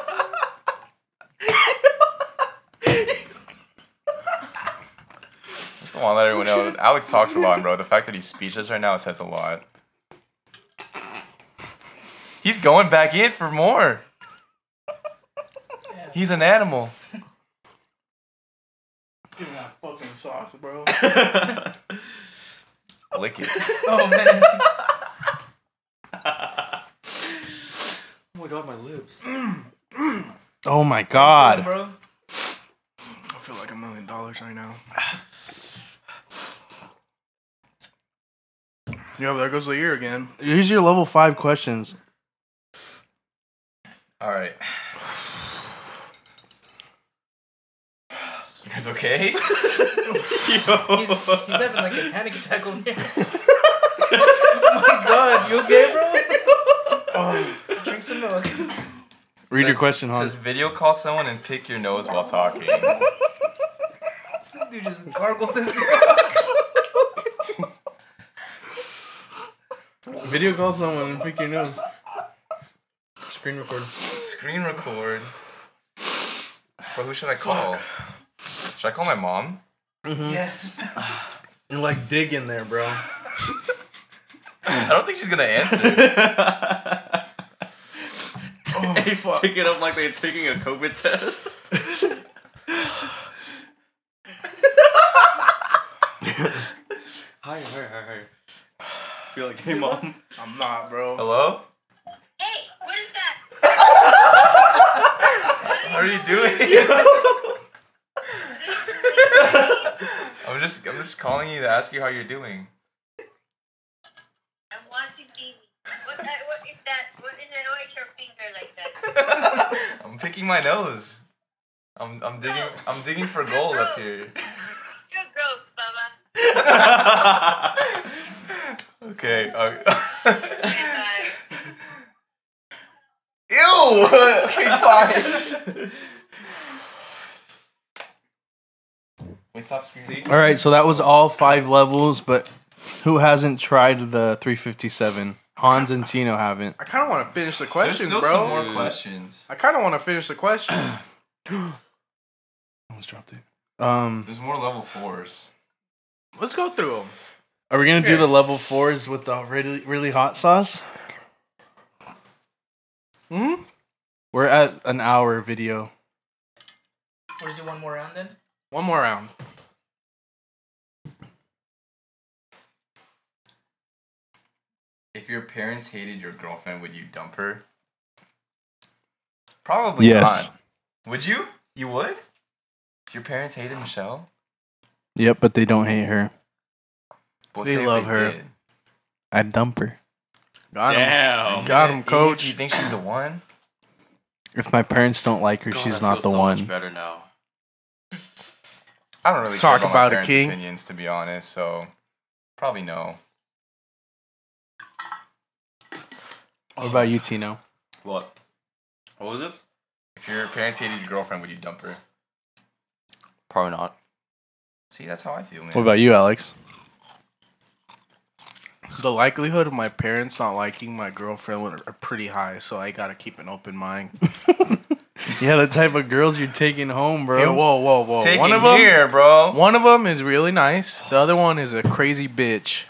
E: Just don't want to let everyone know. Alex talks a lot, bro. The fact that he's speechless right now says a lot. He's going back in for more. He's an animal.
B: Give me that fucking sauce, bro.
E: Lick it.
F: Oh man.
C: Oh my god.
F: bro.
B: I feel like a million dollars right now. Yeah, but there goes the ear again.
C: Here's your level five questions.
E: All right. guys okay?
F: He's, he's having like a panic attack over there. oh my god, you okay, bro? Oh, drink some milk.
C: Read your
E: Says-
C: question,
E: Says
C: Hans.
E: video call someone and pick your nose while talking.
F: Dude, just gargle this.
C: Video call someone and pick your nose. Screen record.
E: Screen record. But who should I call? Should I call my mom?
F: Yes.
C: You're like dig in there, bro.
E: I don't think she's gonna answer.
D: He's picking up like they're taking a COVID test. hi, hi, hi, hi. Feel like, hey, mom.
B: I'm not, bro.
E: Hello?
H: Hey, what is that?
E: How are you doing? I'm just I'm just calling you to ask you how you're doing.
H: I'm watching TV. What, uh, what is that? What is that? What is your finger like that?
E: I'm picking my nose. I'm I'm digging I'm digging for gold up here.
H: You're gross, Baba.
E: Okay. Uh,
H: Bye.
E: Ew. okay, fine. We stop screaming.
C: All right, so that was all five levels, but who hasn't tried the 357? Hans and Tino haven't.
B: I kind of want to finish the question, bro.
E: questions.
B: I kind of want to finish the question.
C: Almost dropped it. Um,
E: There's more level fours.
B: Let's go through them.
C: are we gonna do the level fours with the really really hot sauce? Hmm. We're at an hour video.
F: We'll just do one more round then.
B: One more round.
E: If your parents hated your girlfriend, would you dump her? Probably
C: Yes.
E: not. Would you? You would? If your parents hated Michelle,
C: Yep, but they don't hate her.
E: we'll
C: They
E: say if
C: love her.
E: did.
C: I dump her.
B: Got him.
D: Damn.
B: Got him,
E: You-
B: coach.
E: You think she's the one?
C: If my parents don't like her,
D: God, I
C: she's not the
D: feel so Much
C: one.
D: better now.
E: I don't really
B: Talk
E: care about,
B: about
E: my
B: it,
E: parents'
B: King.
E: opinions to be honest. So probably no.
C: What about you, Tino?
D: What? What was it?
E: If your parents hated your girlfriend, would you dump her?
D: Probably not.
E: See, that's how I feel, man.
C: What about you, Alex?
B: The likelihood of my parents not liking my girlfriend were- are pretty high, so I gotta keep an open mind.
C: Yeah, the type of girls you're taking home, bro.
B: Hey, whoa, whoa, whoa!
E: Take
B: one
E: it
B: of them,
E: here, bro.
B: one of them is really nice. The other one is a crazy bitch.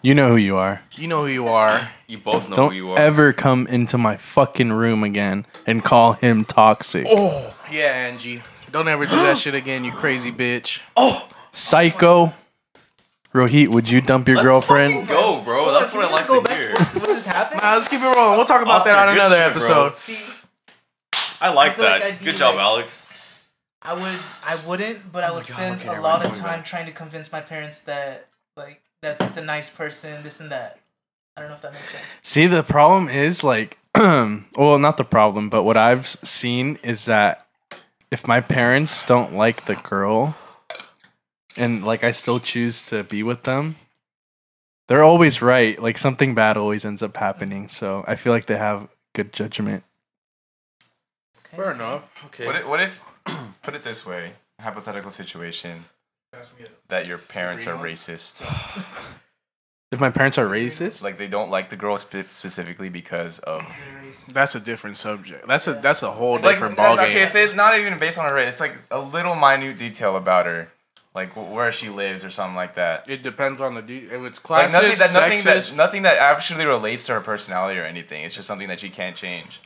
C: You know who you are.
B: You know who you are.
D: You both know who you
C: Don't
D: are.
C: ever come into my fucking room again and call him toxic.
B: Oh yeah, Angie. Don't ever do that shit again, you crazy bitch.
C: Psycho. Rohit, would you dump your girlfriend?
D: Go, bro. That's what I like to hear.
F: What just happened?
B: Nah, let's keep it rolling. We'll talk about
D: Oscar,
B: that on
D: good
B: another
D: shit, bro.
B: episode.
F: See,
D: I like
F: feel like
D: that.
F: I'd be
D: Good job,
F: like-
D: Alex.
F: I would, I wouldn't,
C: Oh
F: but I would spend a lot of time trying to convince my parents that, like, that it's a nice person, this and that. I don't know if that makes sense.
C: See, the problem is like, well, not the problem, but what I've s- seen is that if my parents don't like the girl and like I still choose to be with them, they're always right. Like something bad always ends up happening. So I feel like they have good judgment.
B: Fair enough.
D: Okay.
E: What if, what if put it this way, hypothetical situation that your parents are racist.
C: If my parents are racist,
E: Like they don't like the girl spe- specifically because of
B: That's a different subject. That's a that's a whole
E: like
B: different ballgame.
E: okay, say not even based on her race. It's like a little minute detail about her, like wh- where she lives or something like that.
B: It depends on the de- if it's
E: Like
B: classist,
E: nothing that nothing
B: sexist.
E: that nothing that actually relates to her personality or anything. It's just something that she can't change.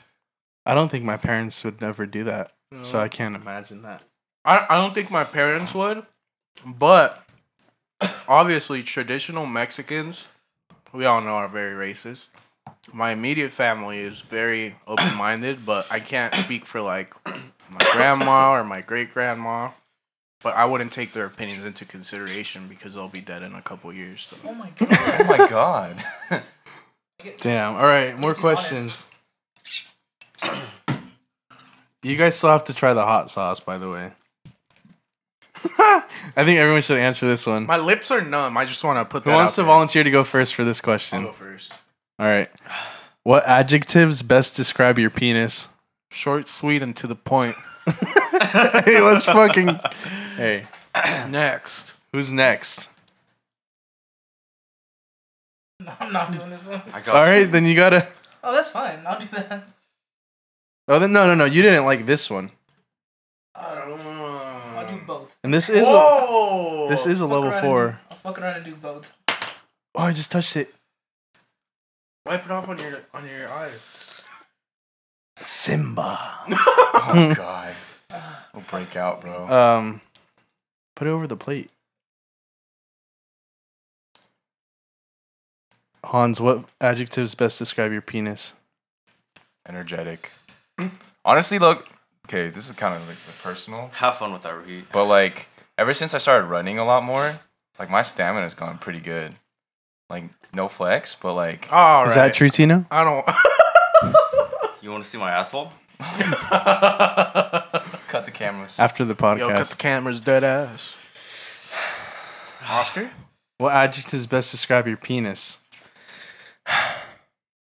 C: I don't think my parents would ever do that. So I can't imagine that.
B: I, I don't think my parents would, but obviously traditional Mexicans, we all know are very racist. My immediate family is very open minded, but I can't speak for like my grandma or my great grandma. But I wouldn't take their opinions into consideration because they'll be dead in a couple years. So.
F: Oh my god.
E: Oh my god.
C: Damn. All right, more
F: Let's be honest.
C: questions. You guys still have to try the hot sauce, by the way. I think everyone should answer this one.
B: My lips are numb. I just want to put
C: Who
B: that
C: wants
B: out
C: to
B: there.
C: volunteer to go first for this question?
B: I'll go first.
C: All right. What adjectives best describe your penis?
B: Short, sweet, and to the point.
C: hey, let's fucking. Hey,
B: Next.
C: who's next?
F: No, I'm not doing this one.
E: I got
C: All right, then you gotta.
F: Oh, that's fine. I'll do that.
C: Oh, then no, no, no. You didn't like this one,
F: I'll
B: Um,
F: do both.
C: and this is a,
B: Whoa!
C: this is a
F: Fuck
C: level
F: around and do-
C: four.
F: I'll fuck around and do both.
C: Oh, I just touched it.
B: Wipe it off on your on your eyes.
C: Simba.
E: Oh god. We'll break out, bro.
C: Um, put it over the plate. Hans, what adjectives best describe your penis?
E: Energetic. Honestly, look. Okay, this is kind of like personal,
D: Have fun with that, Rohit.
E: but like ever since I started running a lot more, like my stamina's gone pretty good. Like no flex, but like
B: All right.
C: Is that true, Tino?
B: I don't.
D: You want to see my asshole?
E: cut the cameras.
C: After the podcast.
B: Yo, cut the camera's dead ass. Oscar?
C: What adjectives best describe your penis?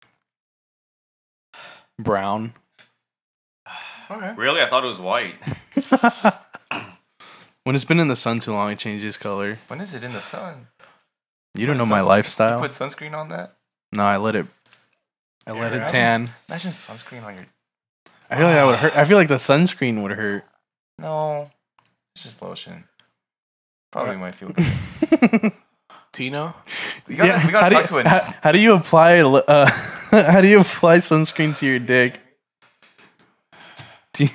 C: Brown.
D: Really? I thought it was white.
C: When it's been in the sun too long, it changes color.
E: when is it in the sun?
C: You don't know
E: Put
C: my
E: suns-
C: lifestyle.
E: Put sunscreen on that.
C: no, I let it. I let
E: Yeah,
C: it
E: that's
C: tan.
E: Imagine sunscreen on your.
C: I feel like that would hurt. I feel like the sunscreen would hurt.
E: No, it's just lotion. Probably might feel. Good.
B: Tino?
E: We gotta, we
C: how
E: gotta
C: do you-
E: talk to it.
C: How, how do you apply? Uh, how do you apply sunscreen to your dick? Do you-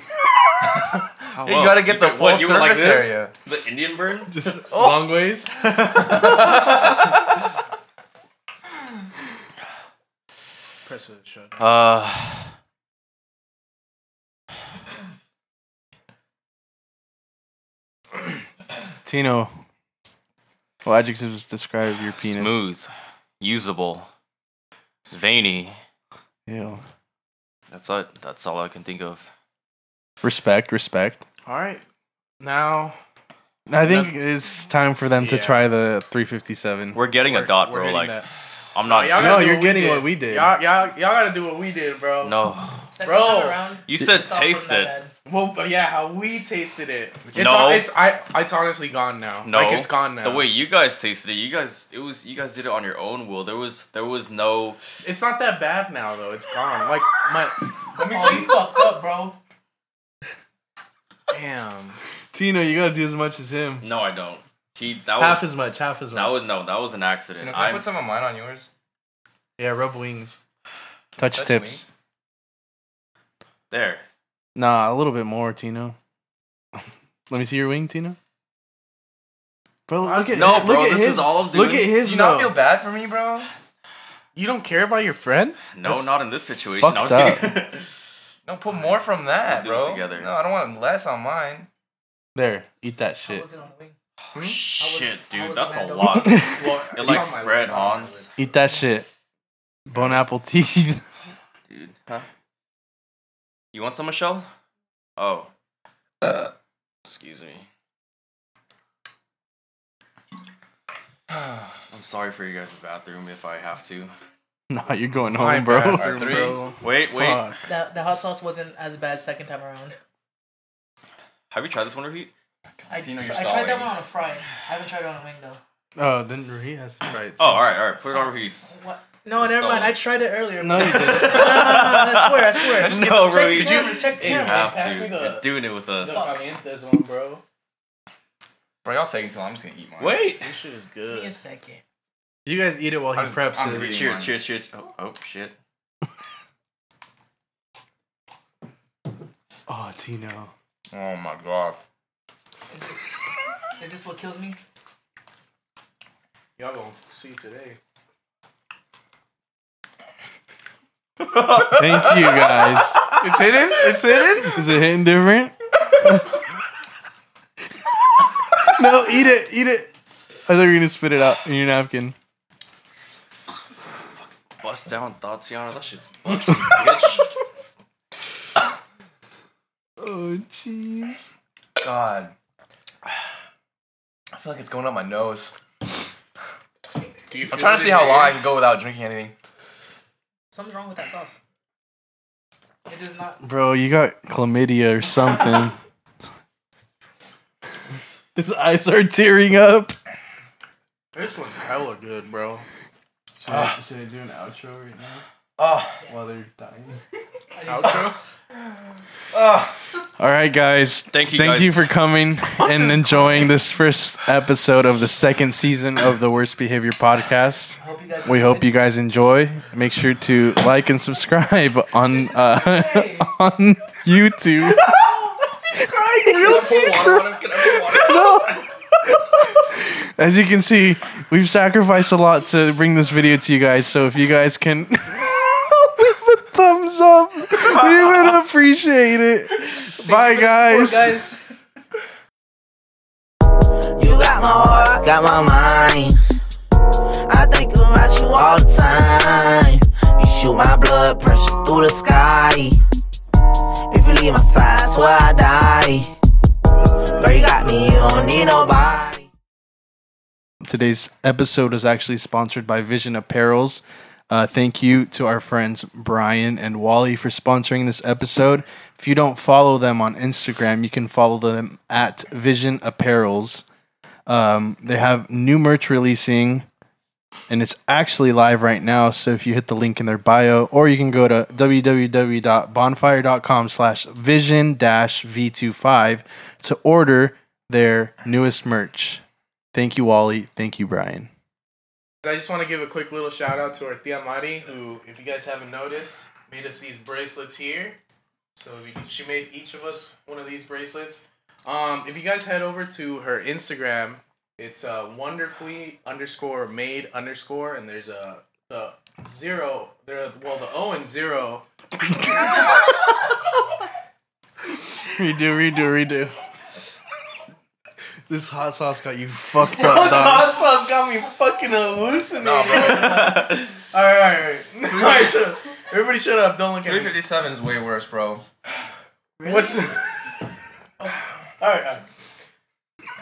E: you gotta get the full
D: what, you went like
E: surface
D: this?
E: area.
D: The Indian burn?
C: Just long ways.
B: Press it shut.
D: Uh,
C: Tino, what adjectives describe your penis?
D: smooth, usable, it's veiny.
C: Ew.
D: That's it. That's all I can think of.
C: Respect, respect.
B: All right. Now,
C: I think it's time for them to
B: Yeah.
C: try the 357.
D: We're getting a dot,
B: we're
D: bro.
B: hitting
D: Like,
B: that.
D: I'm not. doing-
B: Y'all gotta
C: No,
B: do
C: you're
B: what we
C: getting
B: did.
C: what we did.
B: y'all, y'all, y'all gotta do what we did, bro.
D: no.
F: Second
B: Bro.
F: time around.
D: You said
F: it's also
D: taste
F: not
D: it.
F: bad.
B: Well, but yeah, how we tasted it. It's,
D: No.
B: no. it's I. It's honestly gone now.
D: No,
B: like it's gone now.
D: The way you guys tasted it, you guys, it was you guys did it on your own will. There was there was no.
B: it's not that bad now though. It's gone. Like my let me
F: Oh,
B: see.
F: you fucked up, bro.
B: Damn.
C: Tino, you gotta do as much as him.
D: No, I don't. He that
C: half
D: was
C: as much, half as much.
D: that was no that was an accident.
E: Can I
D: I'm,
E: put some of mine on yours?
C: yeah, rub wings. Touch,
E: Touch
C: tips.
D: there.
C: Nah, a little bit more, Tino. Let me see your wing, Tino. Bro, look at
D: No,
C: look
D: bro,
C: at
D: this
C: his,
D: is all I'm
C: Look at
D: doing.
C: his.
E: Do you not
C: though.
E: feel bad for me, bro?
B: You don't care about your friend?
D: No, not in this situation. I
C: fucked
D: was
C: up.
D: kidding.
E: No, put more from that,
D: We'll do it
E: bro.
D: together.
E: No, I don't want less on mine.
C: There, eat that
F: I
C: shit.
F: wasn't on the wing.
D: Shit, dude,
F: was
D: that's a
F: mad.
D: lot.
B: Well,
D: It like spread, Hans.
C: Eat that shit. Bone apple teeth.
D: Dude, huh? You want some, Michelle? Oh. Excuse me. I'm sorry for you guys' bathroom if I have to.
C: nah, you're going home,
B: My
C: bro.
B: bathroom,
D: Three.
B: bro.
D: Wait, wait.
C: Fuck.
F: The, the hot sauce wasn't as bad second time around.
D: Have you tried this one repeat?
F: I,
E: Tino,
F: I
E: you're
F: tried that
E: stalling.
F: one on a fry. I haven't tried it on a wing though.
C: Oh, then Rahi has to try it.
D: Oh, all right, all right. Put it on repeats.
F: What? No,
D: You're
F: never mind.
D: stalling.
F: I tried it earlier.
C: No, you didn't.
F: no, no, no, no, I swear, I swear.
D: No, bro,
F: check
D: you-
F: the cameras, check the
D: You
F: cameras.
D: have
B: pass me
D: to.
B: the-
D: You're doing it with us.
B: Caliente's one, bro.
E: Bro, y'all taking too long. I'm just gonna eat mine.
D: Wait.
B: This shit is
F: Give me a
B: good.
F: second.
C: You guys eat it while he
E: I just-
C: preps
E: I'm
C: his.
E: greedy.
D: Cheers, cheers, cheers. Oh, oh shit.
C: Oh, Tino.
E: Oh my god.
F: Is this, is this what kills me?
B: Y'all gonna see today.
C: Thank you guys.
B: It's hidden? It's hidden?
C: Is it hitting different? no, eat it, eat it. I thought you were gonna spit it out in your napkin.
D: Bust down Tatiana. That shit's busted, bitch.
C: Oh, jeez.
E: God. feel like it's going up my nose.
B: Do you
E: I'm trying to see how long I can go without drinking anything.
F: Something's wrong with that sauce. It does not.
C: Bro, you got chlamydia or something. His eyes are tearing up.
B: This one's hella good, bro.
C: Should I, should I do an outro right now
E: Oh,
C: while they're dying?
B: Outro?
C: Ah. All right, guys.
D: Thank you
C: Thank
D: guys.
C: you for coming and enjoying this first episode of the second season of the Worst Behavior Podcast.
F: I hope you guys.
C: We hope you guys enjoy. Make sure to like and subscribe on uh, on YouTube. As you can see, we've sacrificed a lot to bring this video to you guys. So if you guys can leave a thumbs up, we would appreciate it. Bye, guys.
F: guys.
A: You got my heart, got my mind. I think about you all the time. You shoot my blood pressure through the sky. If you leave my side, I swear I die. Girl, you got me, you don't need nobody.
C: Today's episode is actually sponsored by Vision Apparels. Uh, thank you to our friends Brian and Wally for sponsoring this episode. If you don't follow them on Instagram, you can follow them at Vision Apparels. Um, they have new merch releasing, and it's actually live right now. So if you hit the link in their bio, or you can go to www.bonfire.com slash vision dash V25 to order their newest merch. Thank you, Wally. Thank you, Brian.
B: I just want to give a quick little shout out to our Tia Mari, who, if you guys haven't noticed, made us these bracelets here. So we, she made each of us one of these bracelets. Um, if you guys head over to her Instagram, it's uh, wonderfully underscore made underscore, and there's a the zero there. Well, the O and zero.
C: Redo, redo, redo. This hot sauce got you fucked up,
B: Those hot sauce got me fucking hallucinating. all right, all right, all right. All right, shut up. Everybody, shut up! Don't look at me.
E: 357 is way worse, bro.
B: What's? all right, all right.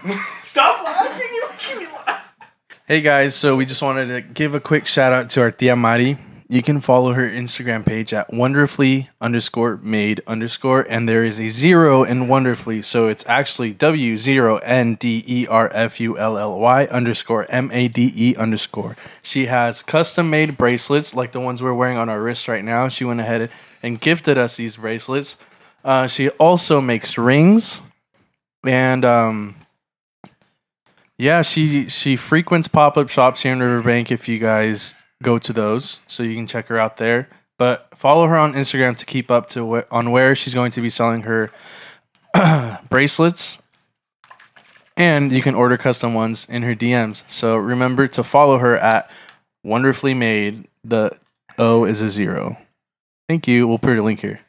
B: Stop laughing! You're making me laugh.
C: Hey guys, so we just wanted to give a quick shout out to our Tia Mari. You can follow her Instagram page at wonderfully underscore made underscore, and there is a zero in wonderfully, so it's actually W zero N D E R F U L L Y underscore M A D E underscore. She has custom made bracelets like the ones we're wearing on our wrists right now. She went ahead and gifted us these bracelets. Uh, she also makes rings and um, yeah, she she frequents pop up shops here in Riverbank. If you guys go to those, so you can check her out there. But follow her on Instagram to keep up to wh- on where she's going to be selling her bracelets, and you can order custom ones in her DMs. So remember to follow her at Wonderfully Made. The O is a zero. Thank you. We'll put a link here.